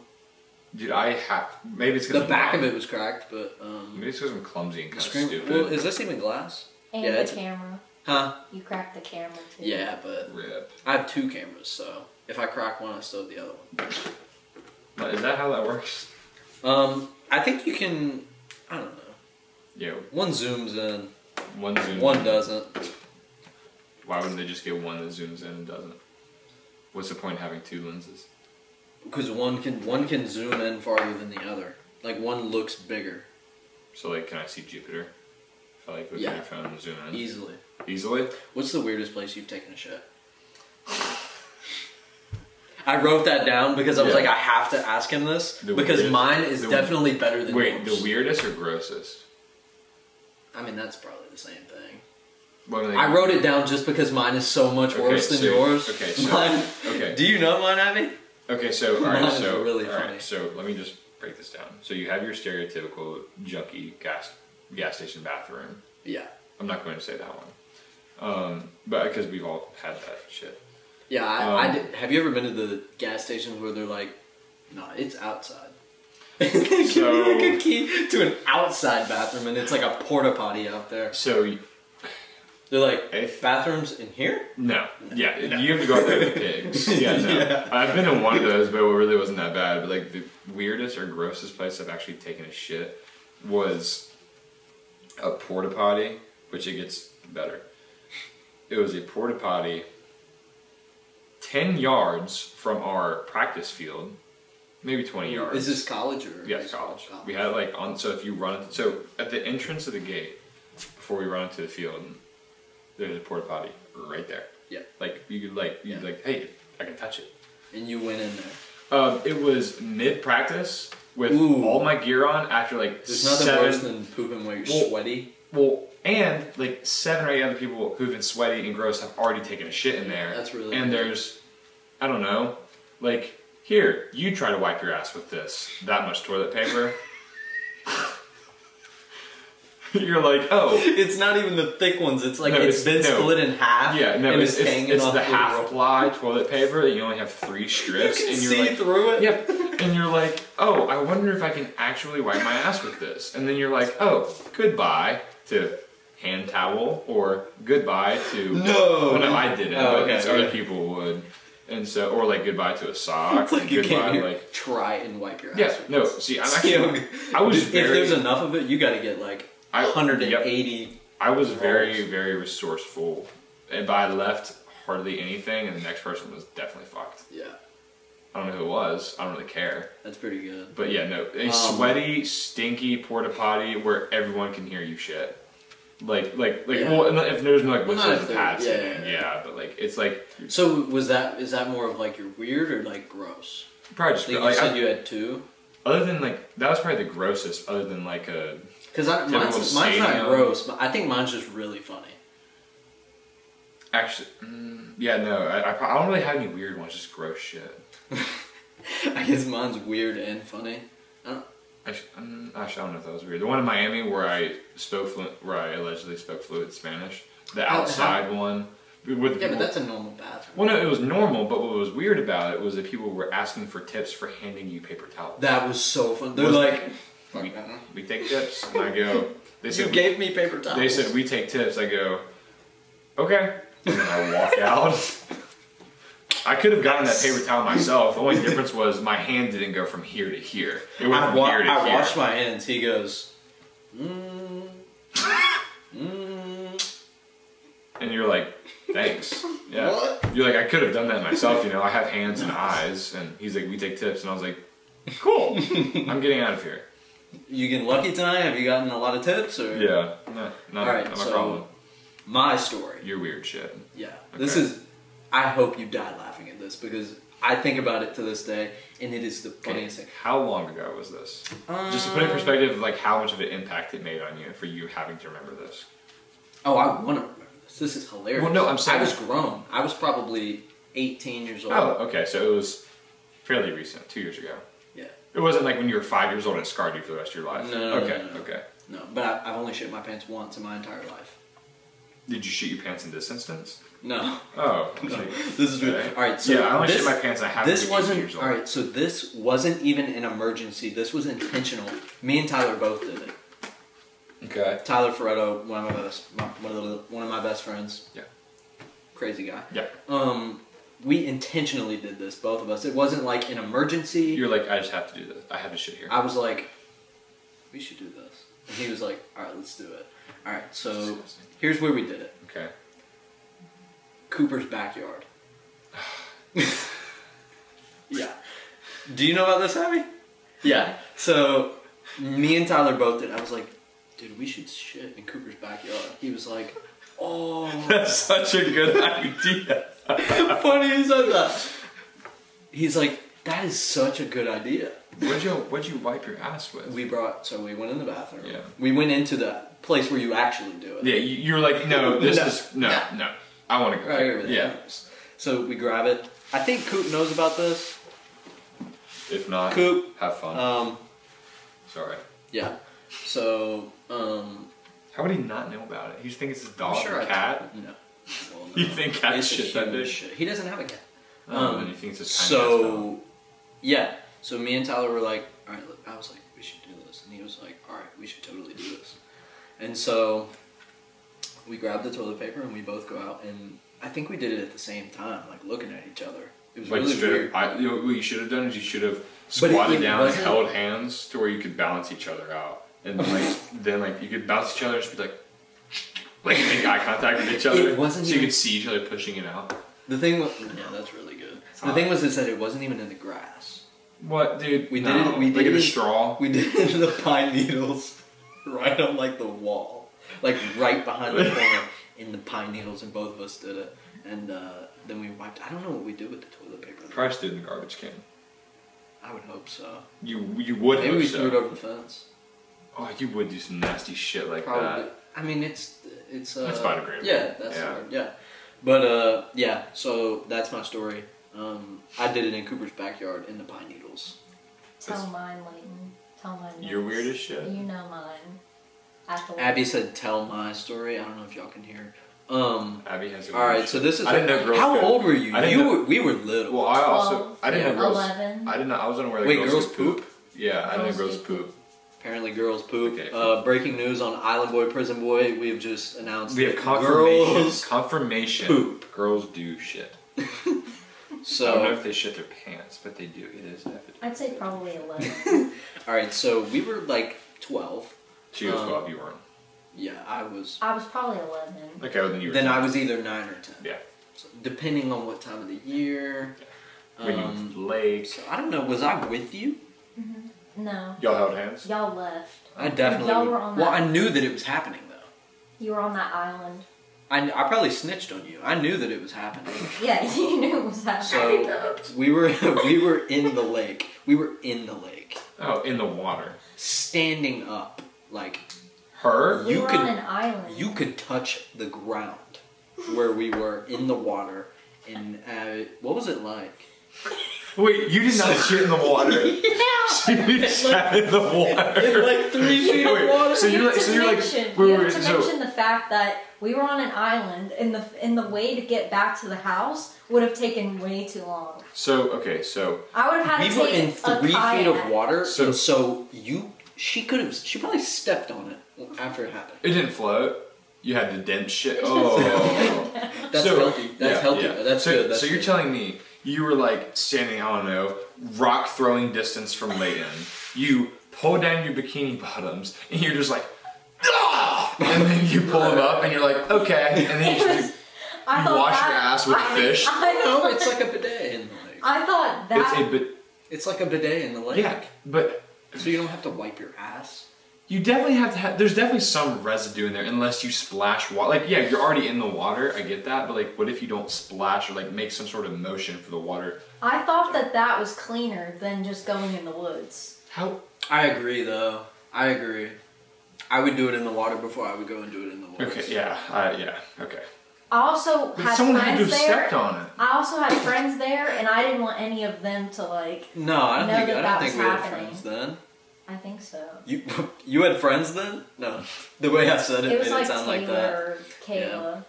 Speaker 1: Dude, I have. Maybe it's 'cause
Speaker 3: The
Speaker 1: I'm
Speaker 3: back of
Speaker 1: blind.
Speaker 3: it was cracked, but um,
Speaker 1: Maybe it's because I'm clumsy and
Speaker 3: the
Speaker 1: kind of
Speaker 3: screen.
Speaker 1: stupid.
Speaker 3: Well, is this even glass?
Speaker 2: And
Speaker 3: Yeah,
Speaker 2: the
Speaker 3: it's-
Speaker 2: camera.
Speaker 3: Huh?
Speaker 2: You cracked the camera too.
Speaker 3: Yeah, but
Speaker 1: Rip.
Speaker 3: I have two cameras, so if I crack one, I still have the other one.
Speaker 1: Is that how that works?
Speaker 3: Um, I think you can. I don't know.
Speaker 1: Yeah,
Speaker 3: One zooms in,
Speaker 1: one zooms.
Speaker 3: one
Speaker 1: in.
Speaker 3: doesn't.
Speaker 1: Why wouldn't they just get one that zooms in and doesn't? What's the point of having two lenses?
Speaker 3: Because one can one can zoom in farther than the other. Like one looks bigger
Speaker 1: So like, can I see Jupiter? If I like look
Speaker 3: Yeah.
Speaker 1: at your phone and zoom in
Speaker 3: easily.
Speaker 1: easily.
Speaker 3: What's the weirdest place you've taken a shit? I wrote that down because I was
Speaker 1: Yeah.
Speaker 3: like, I have to ask him this
Speaker 1: The
Speaker 3: because
Speaker 1: weirdest-
Speaker 3: mine is
Speaker 1: the-
Speaker 3: definitely better than
Speaker 1: Wait,
Speaker 3: yours.
Speaker 1: the weirdest or grossest?
Speaker 3: I mean, that's probably the same thing.
Speaker 1: What are they-
Speaker 3: I wrote it down just because mine is so much
Speaker 1: Okay,
Speaker 3: worse than
Speaker 1: so-
Speaker 3: yours.
Speaker 1: okay, so-
Speaker 3: mine,
Speaker 1: okay.
Speaker 3: Do you know mine, Abby?
Speaker 1: Okay, so all right,
Speaker 3: Mine is
Speaker 1: so
Speaker 3: really
Speaker 1: all right,
Speaker 3: funny.
Speaker 1: so let me just break this down. So you have your stereotypical junky gas gas station bathroom.
Speaker 3: Yeah.
Speaker 1: I'm not going to say that one, um, but because we've all had that shit.
Speaker 3: Yeah, I, I
Speaker 1: Um,
Speaker 3: did- have you ever been to the gas stations where they're like, no, it's outside.
Speaker 1: So-
Speaker 3: Give me like a key to an outside bathroom, and it's like a porta potty out there.
Speaker 1: So,
Speaker 3: They're like,
Speaker 1: Eighth?
Speaker 3: bathrooms in here?
Speaker 1: No. Yeah, you have to go out there with pigs. Yeah, no. I've been in one of those, but it really wasn't that bad. But like the weirdest or grossest place I've actually taken a shit was a porta potty, which it gets better. It was a porta potty ten yards from our practice field, maybe twenty yards.
Speaker 3: Is Oh. this college or?
Speaker 1: Yes, college. We had like on. So if you run, so at the entrance of the gate, before we run into the field, there's a porta potty right there.
Speaker 3: Yeah.
Speaker 1: Like you could like you
Speaker 3: Yeah.
Speaker 1: could like hey, I can touch it.
Speaker 3: And you went in there.
Speaker 1: Um, it was mid practice with
Speaker 3: Ooh.
Speaker 1: all my gear on after like
Speaker 3: There's nothing
Speaker 1: seven.
Speaker 3: worse than pooping while you're
Speaker 1: Well-
Speaker 3: sweaty.
Speaker 1: well, and like seven or eight other people who've been sweaty and gross have already taken a shit in there.
Speaker 3: That's really
Speaker 1: And there's, I don't know, like here you try to wipe your ass with this that much toilet paper. You're like, oh,
Speaker 3: It's not even the thick ones. It's like
Speaker 1: No,
Speaker 3: it's
Speaker 1: it's-
Speaker 3: been
Speaker 1: no.
Speaker 3: split in half.
Speaker 1: Yeah, no,
Speaker 3: and
Speaker 1: it's, it's,
Speaker 3: hanging
Speaker 1: it's
Speaker 3: off
Speaker 1: the
Speaker 3: the
Speaker 1: half
Speaker 3: rope.
Speaker 1: ply toilet paper that you only have three strips,
Speaker 3: You can
Speaker 1: and
Speaker 3: see
Speaker 1: you're like,
Speaker 3: through it.
Speaker 1: yep, and you're like, oh, I wonder if I can actually wipe my ass with this, and then you're like, oh, goodbye to hand towel or goodbye to
Speaker 3: No.
Speaker 1: well, no, I didn't,
Speaker 3: Oh,
Speaker 1: but
Speaker 3: okay,
Speaker 1: it's other
Speaker 3: yeah.
Speaker 1: people would, and so or like goodbye to a sock,
Speaker 3: It's like
Speaker 1: and
Speaker 3: you
Speaker 1: goodbye
Speaker 3: can't
Speaker 1: like.
Speaker 3: try and wipe your ass.
Speaker 1: Yeah,
Speaker 3: with
Speaker 1: no.
Speaker 3: this.
Speaker 1: See, I'm actually. I was
Speaker 3: if
Speaker 1: very,
Speaker 3: there's enough of it, you got to get like
Speaker 1: I-
Speaker 3: 180.
Speaker 1: I was very, very resourceful, and but I left hardly anything, and the next person was definitely fucked.
Speaker 3: Yeah,
Speaker 1: I don't know who it was. I don't really care.
Speaker 3: that's pretty good.
Speaker 1: But yeah, no, a
Speaker 3: Um,
Speaker 1: sweaty, stinky porta potty where everyone can hear you shit. Like, like, like.
Speaker 3: Yeah.
Speaker 1: Well, and if there's no like
Speaker 3: Well,
Speaker 1: whistles
Speaker 3: not if
Speaker 1: and
Speaker 3: there-
Speaker 1: pats,
Speaker 3: yeah,
Speaker 1: yeah,
Speaker 3: yeah, yeah.
Speaker 1: but like it's like
Speaker 3: So was that is that more of like you're weird or like gross?
Speaker 1: probably
Speaker 3: I
Speaker 1: just
Speaker 3: think
Speaker 1: like,
Speaker 3: you said
Speaker 1: I-
Speaker 3: you had two.
Speaker 1: other than like that was probably the grossest. Other than like uh, a
Speaker 3: Because mine's,
Speaker 1: Typical
Speaker 3: mine's not
Speaker 1: stadium.
Speaker 3: gross, but I think mine's just really funny.
Speaker 1: actually, mm, yeah, no, I, I, pro- I don't really have any weird ones. Just gross shit.
Speaker 3: I guess mine's weird and funny. I don't,
Speaker 1: Actually, um, actually, I don't know if that was weird. The one in Miami where I spoke fluent, where I allegedly spoke fluent Spanish. The
Speaker 3: How- how-
Speaker 1: outside one with the
Speaker 3: Oh, uh-huh. yeah, but
Speaker 1: people-
Speaker 3: that's a normal bathroom.
Speaker 1: Well, no, it was normal, but what was weird about it was that people were asking for tips for handing you paper towels.
Speaker 3: That was so fun. They're
Speaker 1: Was-
Speaker 3: like,
Speaker 1: we,
Speaker 3: fuck, I don't know.
Speaker 1: we take tips, and I go. They
Speaker 3: you
Speaker 1: said
Speaker 3: gave me paper towels.
Speaker 1: they said we take tips. I go, okay, and then I walk out. I could have gotten that paper towel myself. The only difference was my hand didn't go from here to here. It went
Speaker 3: I,
Speaker 1: from
Speaker 3: wa-
Speaker 1: here to
Speaker 3: I
Speaker 1: here.
Speaker 3: washed my hands. He goes, mm, mm,
Speaker 1: and you're like, thanks. Yeah.
Speaker 3: What?
Speaker 1: You're like, I could have done that myself. You know, I have hands and eyes. And he's like, we take tips, and I was like, cool. I'm getting out of here.
Speaker 3: you getting lucky tonight? Have you gotten a lot of tips? Or
Speaker 1: Yeah, no, not,
Speaker 3: All right,
Speaker 1: not my
Speaker 3: so
Speaker 1: problem.
Speaker 3: my story.
Speaker 1: You're weird shit.
Speaker 3: Yeah, this
Speaker 1: Okay.
Speaker 3: is. I hope you die laughing at this because I think about it to this day, and it is the funniest thing.
Speaker 1: How long ago was this? Just to put it in
Speaker 3: Um,
Speaker 1: perspective, like how much of an impact it made on you for you having to remember this.
Speaker 3: Oh, I want to remember this. This is hilarious.
Speaker 1: Well, no, I'm saying-
Speaker 3: I was grown. I was probably 18 years old.
Speaker 1: Oh, okay, so it was fairly recent, two years ago.
Speaker 3: Yeah.
Speaker 1: It wasn't like when you were five years old and it scarred you for the rest of your life.
Speaker 3: No, no, no,
Speaker 1: okay,
Speaker 3: no, no.
Speaker 1: okay.
Speaker 3: No, but I, I've only shit my pants once in my entire life.
Speaker 1: Did you shoot your pants in this instance?
Speaker 3: No.
Speaker 1: Oh,
Speaker 3: This is weird. All right, so
Speaker 1: yeah, I only
Speaker 3: this-
Speaker 1: shit my pants. I have
Speaker 3: This
Speaker 1: Years
Speaker 3: wasn't
Speaker 1: old.
Speaker 3: all right. So this wasn't even an emergency. This was intentional. Me and Tyler both did it.
Speaker 1: Okay.
Speaker 3: Tyler Ferretto, one of my best, my, one of the, one of my best friends.
Speaker 1: Yeah.
Speaker 3: Crazy guy.
Speaker 1: Yeah.
Speaker 3: Um, we intentionally did this, both of us. It wasn't like an emergency.
Speaker 1: You're like, I just have to do this. I have to shit here.
Speaker 3: I was like, we should do this, and he was like, all right, let's do it. All right, so
Speaker 1: Disgusting.
Speaker 3: here's where we did it.
Speaker 1: Okay.
Speaker 3: Cooper's backyard. yeah. Do you know about this, Abby? Yeah. So me and Tyler both did. I was like, dude, we should shit in Cooper's backyard. He was like, oh,
Speaker 1: That's such a good idea.
Speaker 3: funny he said that. He's like, that is such a good idea.
Speaker 1: What'd you What'd you wipe your ass with?
Speaker 3: We brought, so we went in the bathroom.
Speaker 1: Yeah.
Speaker 3: We went into the place where you actually do it.
Speaker 1: Yeah, you, you're like, no, this
Speaker 3: No.
Speaker 1: is no,
Speaker 3: No.
Speaker 1: no. I want to go.
Speaker 3: Right
Speaker 1: here.
Speaker 3: over there.
Speaker 1: yeah.
Speaker 3: So we grab it. I think Coop knows about this.
Speaker 1: If not,
Speaker 3: Coop.
Speaker 1: have fun.
Speaker 3: Um,
Speaker 1: Sorry.
Speaker 3: yeah. So, um,
Speaker 1: How would he not know about it? He just thinks it's a dog
Speaker 3: I'm sure
Speaker 1: or
Speaker 3: I
Speaker 1: a cat.
Speaker 3: No. Well, no.
Speaker 1: You think cats
Speaker 3: It's a
Speaker 1: shit
Speaker 3: human
Speaker 1: that big?
Speaker 3: shit. He doesn't have a cat.
Speaker 1: Um,
Speaker 3: Um,
Speaker 1: and he thinks it's a tiny ass dog.
Speaker 3: So, yeah. So me and Tyler were like, all right, look, I was like, we should do this. And he was like, all right, we should totally do this. And so we grabbed the toilet paper and we both go out and I think we did it at the same time, like looking at each other. It was
Speaker 1: Like
Speaker 3: really
Speaker 1: straight
Speaker 3: weird.
Speaker 1: up, I, you know, what you should have done is you should have
Speaker 3: But it-
Speaker 1: squatted
Speaker 3: it
Speaker 1: down and
Speaker 3: wasn't-
Speaker 1: held hands to where you could balance each other out, and then like then like you could bounce each other and just be like, like make eye contact with each other,
Speaker 3: wasn't
Speaker 1: so you
Speaker 3: even-
Speaker 1: could see each other pushing it out.
Speaker 3: The thing was, yeah, that's really good. The thing was, is that it wasn't even in the grass.
Speaker 1: What, dude?
Speaker 3: We
Speaker 1: No.
Speaker 3: did it. We
Speaker 1: like
Speaker 3: did
Speaker 1: in
Speaker 3: it
Speaker 1: a straw.
Speaker 3: We did it in the pine needles, right on like the wall, like right behind the corner in the pine needles, and both of us did it. And uh, then we wiped. I don't know what we did with the toilet paper. though.
Speaker 1: Price did in the garbage can.
Speaker 3: I would hope so.
Speaker 1: You you would
Speaker 3: Maybe
Speaker 1: hope
Speaker 3: we
Speaker 1: so.
Speaker 3: threw it over the fence.
Speaker 1: Oh, you would do some nasty shit like
Speaker 3: Probably.
Speaker 1: that.
Speaker 3: I mean, it's it's. Uh,
Speaker 1: That's biodegradable.
Speaker 3: Yeah, that's
Speaker 1: Yeah.
Speaker 3: yeah. yeah. But uh, yeah, so that's my story. Um, I did it in Cooper's backyard in the pine needles.
Speaker 2: Tell mine, Layton. Tell mine.
Speaker 1: You're
Speaker 2: next.
Speaker 1: weird as shit.
Speaker 2: You know mine. At the
Speaker 3: Abby said, "Tell my story." I don't know if y'all can hear. Um,
Speaker 1: Abby has. a
Speaker 3: all right, so this is.
Speaker 1: I didn't know girls
Speaker 3: how
Speaker 1: could-
Speaker 3: old were you?
Speaker 1: I didn't
Speaker 3: You
Speaker 1: know-
Speaker 3: were, we were little.
Speaker 1: Well, I also
Speaker 2: Twelve,
Speaker 1: I didn't
Speaker 3: yeah,
Speaker 1: know girls.
Speaker 2: 11.
Speaker 1: I did not. I wasn't aware. That
Speaker 3: Wait,
Speaker 1: girls,
Speaker 3: girls
Speaker 1: could poop. Yeah, I didn't know girls poop.
Speaker 3: Apparently, girls poop.
Speaker 1: Okay,
Speaker 3: Uh, breaking news on Island Boy, Prison Boy. We have just announced
Speaker 1: We have
Speaker 3: that
Speaker 1: confirmation.
Speaker 3: girls
Speaker 1: confirmation.
Speaker 3: poop.
Speaker 1: Girls do shit. I don't know
Speaker 3: So,
Speaker 1: if they shit their pants, but they do. It is evident.
Speaker 2: I'd say probably 11.
Speaker 3: all right, so we were like twelve.
Speaker 1: She was
Speaker 3: Um,
Speaker 1: twelve. You weren't.
Speaker 3: Yeah, I was.
Speaker 2: I was probably 11.
Speaker 1: Okay, well, then you were.
Speaker 3: Then I was either nine or ten.
Speaker 1: Yeah.
Speaker 3: So, depending on what time of the year.
Speaker 1: When you
Speaker 3: Um,
Speaker 1: went to the lake.
Speaker 3: so I don't know. Was I with you?
Speaker 2: No.
Speaker 1: Y'all held hands.
Speaker 2: Y'all left.
Speaker 3: I definitely.
Speaker 2: Y'all
Speaker 3: would-
Speaker 2: were on
Speaker 3: well,
Speaker 2: that-
Speaker 3: I knew that it was happening though.
Speaker 2: You were on that island.
Speaker 3: I, I probably snitched on you. I knew that it was happening.
Speaker 2: Yeah, you knew it was happening.
Speaker 3: So we were we were in the lake. We were in the lake,
Speaker 1: Oh, in the water.
Speaker 3: standing up. Like
Speaker 1: Her.
Speaker 2: we
Speaker 3: you
Speaker 2: were
Speaker 3: could-
Speaker 2: on an island.
Speaker 3: you could touch the ground where we were in the water. And uh, what was it like?
Speaker 1: Wait, you did not shit in the water. She shat in the water.
Speaker 3: like three feet
Speaker 1: Wait, so
Speaker 2: you
Speaker 1: you're like,
Speaker 2: have
Speaker 1: so
Speaker 2: to
Speaker 1: you're like,
Speaker 2: mention,
Speaker 1: wait,
Speaker 2: you have
Speaker 1: wait,
Speaker 2: to
Speaker 1: so-
Speaker 2: mention the fact that we were on an island, and the and the way to get back to the house would have taken way too long.
Speaker 1: So okay, so
Speaker 2: I would have had
Speaker 3: we
Speaker 2: to
Speaker 3: were
Speaker 2: take
Speaker 3: in three
Speaker 2: a kayak.
Speaker 3: feet of water,
Speaker 1: So-
Speaker 3: so, and so you, she could have, she probably stepped on it after it happened.
Speaker 1: it didn't float. You had to dent shit. Oh.
Speaker 3: That's healthy. That's
Speaker 1: yeah,
Speaker 3: healthy.
Speaker 1: yeah.
Speaker 3: That's
Speaker 1: so,
Speaker 3: good. That's
Speaker 1: so you're
Speaker 3: good.
Speaker 1: telling me you were like standing, I don't know, rock throwing distance from Layton. You pull down your bikini bottoms and you're just like, ah! and then you pull them up and you're like, okay, and then you
Speaker 2: It was,
Speaker 1: just,
Speaker 2: I
Speaker 1: you
Speaker 2: thought
Speaker 1: wash
Speaker 2: that,
Speaker 1: your ass with
Speaker 2: I,
Speaker 1: fish?
Speaker 2: I,
Speaker 3: No, it's like a bidet in the lake.
Speaker 2: I thought
Speaker 1: it's
Speaker 2: that.
Speaker 1: a bit.
Speaker 3: It's like a bidet in the lake.
Speaker 1: Yeah, but
Speaker 3: So you don't have to wipe your ass.
Speaker 1: you definitely have to have. There's definitely some residue in there unless you splash water. Like, yeah, you're already in the water. I get that, but like, what if you don't splash or like make some sort of motion for the water?
Speaker 2: I thought that that was cleaner than just going in the woods.
Speaker 1: How?
Speaker 3: I agree, though. I agree. I would do it in the water before I would go and do it in the water.
Speaker 1: Okay. Yeah. I yeah. Okay.
Speaker 2: I also
Speaker 1: But
Speaker 2: had
Speaker 1: someone had
Speaker 2: friends
Speaker 1: to have
Speaker 2: there.
Speaker 1: stepped on it.
Speaker 2: I also had friends there, and I didn't want any of them to like.
Speaker 3: No, I don't
Speaker 2: Know
Speaker 3: think
Speaker 2: that
Speaker 3: I don't
Speaker 2: that
Speaker 3: think we
Speaker 2: was
Speaker 3: had
Speaker 2: happening.
Speaker 3: friends then.
Speaker 2: I think so.
Speaker 3: You you had friends then? No, the way I said it,
Speaker 2: It was
Speaker 3: made
Speaker 2: like
Speaker 3: it sound like that.
Speaker 2: Taylor,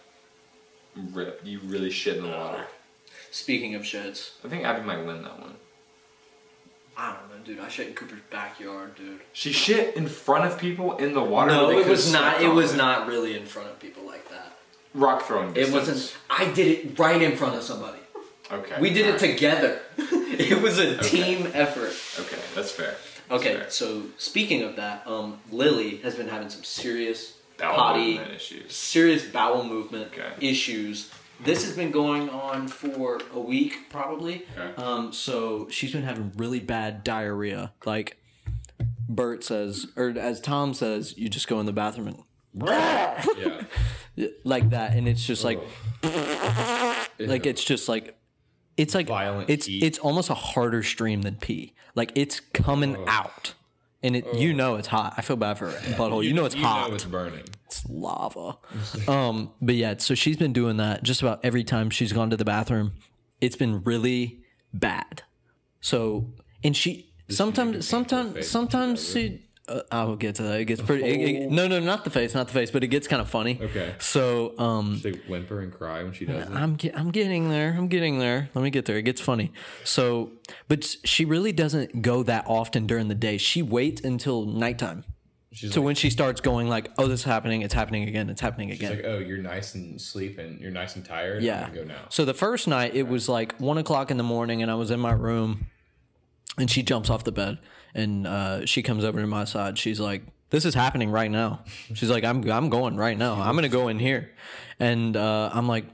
Speaker 2: Kayla.
Speaker 1: Rip. You really shit in the water.
Speaker 3: Speaking of shits,
Speaker 1: I think Abby might win that one.
Speaker 3: I don't know, dude. I shit in Cooper's backyard, dude.
Speaker 1: She shit in front of people in the water.
Speaker 3: no,
Speaker 1: where they
Speaker 3: it
Speaker 1: could've
Speaker 3: was not.
Speaker 1: stepped
Speaker 3: It
Speaker 1: on
Speaker 3: was not really in front of people like that.
Speaker 1: rock throwing.
Speaker 3: It
Speaker 1: Distance.
Speaker 3: wasn't. I did it right in front of somebody.
Speaker 1: Okay.
Speaker 3: We did it
Speaker 1: alright.
Speaker 3: together. it was a
Speaker 1: Okay.
Speaker 3: team effort.
Speaker 1: Okay, that's fair. That's
Speaker 3: Okay,
Speaker 1: fair.
Speaker 3: so speaking of that, um, Lily has been having some serious
Speaker 1: Bowel
Speaker 3: potty,
Speaker 1: movement issues.
Speaker 3: serious bowel movement
Speaker 1: Okay.
Speaker 3: issues. This has been going on for a week, probably.
Speaker 1: Okay.
Speaker 3: Um,
Speaker 4: So she's been having really bad diarrhea. Like Bert says, or as Tom says, you just go in the bathroom
Speaker 6: yeah.
Speaker 4: and like that, and it's just like like
Speaker 6: Ew.
Speaker 4: it's just like it's like
Speaker 6: Violent
Speaker 4: it's
Speaker 6: heat.
Speaker 4: it's almost a harder stream than pee. Like it's coming out, and it you know it's hot. I feel bad for her butthole. You, know it's hot.
Speaker 6: it's burning.
Speaker 4: it's lava. um, but yeah, so she's been doing that just about every time she's gone to the bathroom. It's been really bad. So, and she sometimes, sometimes,
Speaker 6: face
Speaker 4: sometimes she. Uh, I will get to that. It gets pretty. it- it- no, no, not the face, not the face, but it gets kind of funny.
Speaker 6: Okay.
Speaker 4: So, um,
Speaker 6: They whimper and cry when she does it.
Speaker 4: I'm get, I'm getting there. I'm getting there. Let me get there. It gets funny. So, but she really doesn't go that often during the day. She waits until nighttime.
Speaker 1: She's
Speaker 4: So
Speaker 1: like,
Speaker 4: when she starts going like, "Oh, this is happening. It's happening again. It's happening
Speaker 1: she's
Speaker 4: again."
Speaker 1: like, oh, you're nice and sleeping. You're nice and tired. I'm
Speaker 4: yeah.
Speaker 1: gonna go now.
Speaker 4: So the first night it was like one o'clock in the morning, and I was in my room, and she jumps off the bed, and uh, she comes over to my side. She's like, "This is happening right now." She's like, "I'm I'm going right now. I'm gonna go in here," and uh, I'm like,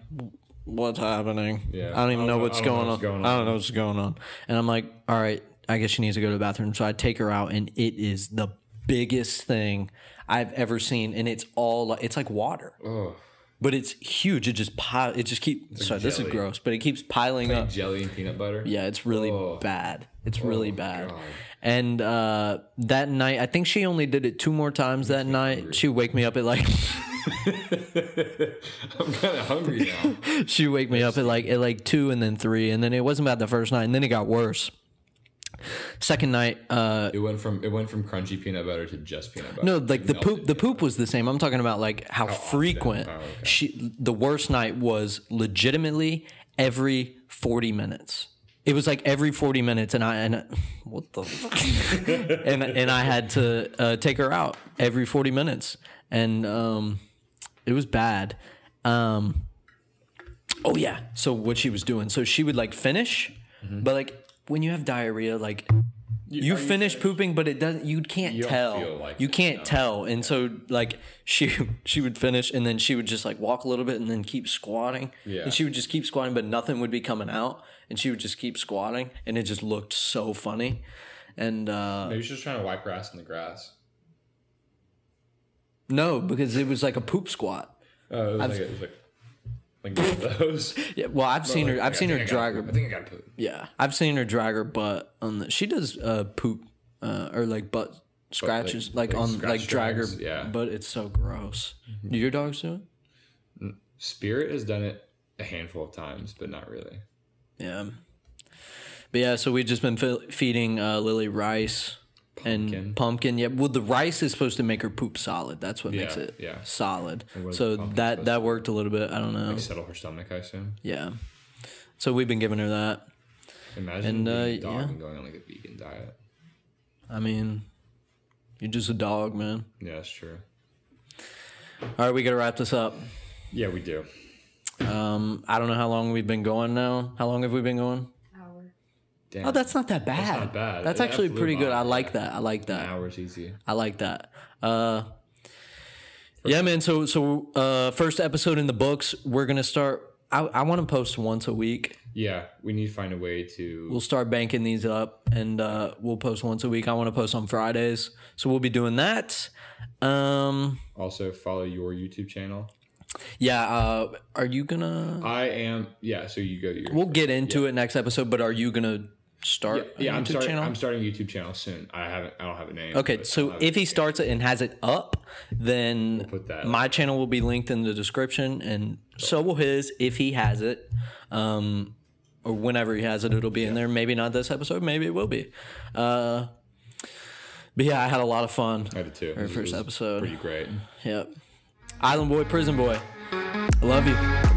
Speaker 4: "What's happening?
Speaker 1: Yeah.
Speaker 4: I don't even
Speaker 1: I don't
Speaker 4: know
Speaker 1: know-
Speaker 4: what's
Speaker 1: I don't know
Speaker 4: going,
Speaker 1: what's
Speaker 4: on.
Speaker 1: going
Speaker 4: I don't know what's going on." And I'm like, "All right, I guess she needs to go to the bathroom." So I take her out, and it is the biggest thing I've ever seen, and it's all like- it's like water
Speaker 1: Oh,
Speaker 4: but it's huge. It just pile. It just keeps. Sorry, this is
Speaker 1: jelly.
Speaker 4: gross, but it keeps piling up.
Speaker 1: jelly and peanut butter.
Speaker 4: Yeah, it's really
Speaker 1: Oh.
Speaker 4: bad. It's really
Speaker 1: Oh,
Speaker 4: bad.
Speaker 1: God.
Speaker 4: And uh, that night, I think she only did it two more times that night. She would wake me up at like
Speaker 1: I'm kind of hungry now.
Speaker 4: she would wake me up at like at like two and then three and then it wasn't bad the first night and then it got worse. Second night, uh,
Speaker 1: it went from it went from crunchy peanut butter to just peanut butter.
Speaker 4: no, like the
Speaker 1: Melted
Speaker 4: poop. The poop was the same. I'm talking about like how, frequent.
Speaker 1: Oh, okay.
Speaker 4: She the worst night was legitimately every 40 minutes. It was like every 40 minutes, and I and what the fuck? and and I had to uh, take her out every 40 minutes, and um, it was bad. Um, oh yeah. So what she was doing? So she would like finish, but like when you have diarrhea, like. You,
Speaker 1: are Mm-hmm. you
Speaker 4: finish pooping, but it doesn't. You can't
Speaker 1: You don't
Speaker 4: tell.
Speaker 1: feel like
Speaker 4: you
Speaker 1: it,
Speaker 4: can't
Speaker 1: no.
Speaker 4: tell. And so like she she would finish and then she would just like walk a little bit and then keep squatting.
Speaker 1: Yeah.
Speaker 4: And she would just keep squatting, but nothing would be coming out. And she would just keep squatting and it just looked so funny. And uh
Speaker 1: Maybe she's just trying to wipe her ass in the grass.
Speaker 4: no, because it was like a poop squat.
Speaker 1: Oh, it was like, it was like, like one of those.
Speaker 4: Yeah, well I've seen her
Speaker 1: Like,
Speaker 4: I've
Speaker 1: I
Speaker 4: seen her
Speaker 1: think I gotta
Speaker 4: drag
Speaker 1: poop.
Speaker 4: her
Speaker 1: I think I got to poop.
Speaker 4: yeah. I've seen her drag her butt on the she does uh poop uh or like butt scratches like,
Speaker 1: like
Speaker 4: on
Speaker 1: scratch
Speaker 4: like drag her
Speaker 1: drags, yeah.
Speaker 4: but it's so gross. Do your dogs do it?
Speaker 1: Spirit has done it a handful of times, but not really.
Speaker 4: Yeah. But yeah, so we've just been fe- feeding uh, Lily rice
Speaker 1: Pumpkin.
Speaker 4: and pumpkin. Yeah, well, the rice is supposed to make her poop solid. That's what makes
Speaker 1: Yeah,
Speaker 4: it
Speaker 1: yeah.
Speaker 4: solid.
Speaker 1: what is
Speaker 4: So
Speaker 1: the pumpkin
Speaker 4: that
Speaker 1: supposed
Speaker 4: that worked a little bit. I don't know.
Speaker 1: Settle her stomach, I assume.
Speaker 4: Yeah. So we've been giving her that.
Speaker 1: Imagine
Speaker 4: And, uh,
Speaker 1: being a dog
Speaker 4: yeah.
Speaker 1: and going on like a vegan diet.
Speaker 4: I mean, you're just a dog, man.
Speaker 1: Yeah, that's true.
Speaker 4: All right, we gotta wrap this up.
Speaker 1: Yeah, we do.
Speaker 4: Um, I don't know how long we've been going now. How long have we been going?
Speaker 2: Hour.
Speaker 1: Damn.
Speaker 4: Oh, that's not that bad.
Speaker 1: not bad.
Speaker 4: That's
Speaker 1: It
Speaker 4: actually
Speaker 1: flew
Speaker 4: pretty
Speaker 1: by,
Speaker 4: good. I
Speaker 1: yeah.
Speaker 4: like that. I like that.
Speaker 1: an hour's easy.
Speaker 4: I like that. Uh, yeah, man. So so uh, first episode in the books. We're gonna start. I, I want to post once a week.
Speaker 1: Yeah, we need to find a way to.
Speaker 4: We'll start banking these up, and uh, we'll post once a week. I want to post on Fridays, so we'll be doing that. Um,
Speaker 1: also follow your YouTube channel.
Speaker 4: yeah. Uh, are you gonna?
Speaker 1: I am. Yeah, so you go to your.
Speaker 4: Oh. We'll get into it next episode, but are you gonna start? a
Speaker 1: yeah, I'm
Speaker 4: YouTube
Speaker 1: starting.
Speaker 4: channel?
Speaker 1: I'm starting a YouTube channel soon. I haven't. I don't have a name.
Speaker 4: Okay,
Speaker 1: but
Speaker 4: so
Speaker 1: I'll have-
Speaker 4: if he starts it and has it up, then
Speaker 1: put that
Speaker 4: Uh, my channel will be linked in the description, and so will his if he has it, um, or whenever he has it, it'll be in there. Maybe not this episode, maybe it will be. Uh, but yeah, I had a lot of fun.
Speaker 1: I did too.
Speaker 4: Our
Speaker 1: It
Speaker 4: first
Speaker 1: was
Speaker 4: Mm. episode.
Speaker 1: Pretty great.
Speaker 4: Yep, Island Boy, Prison Boy, I love you.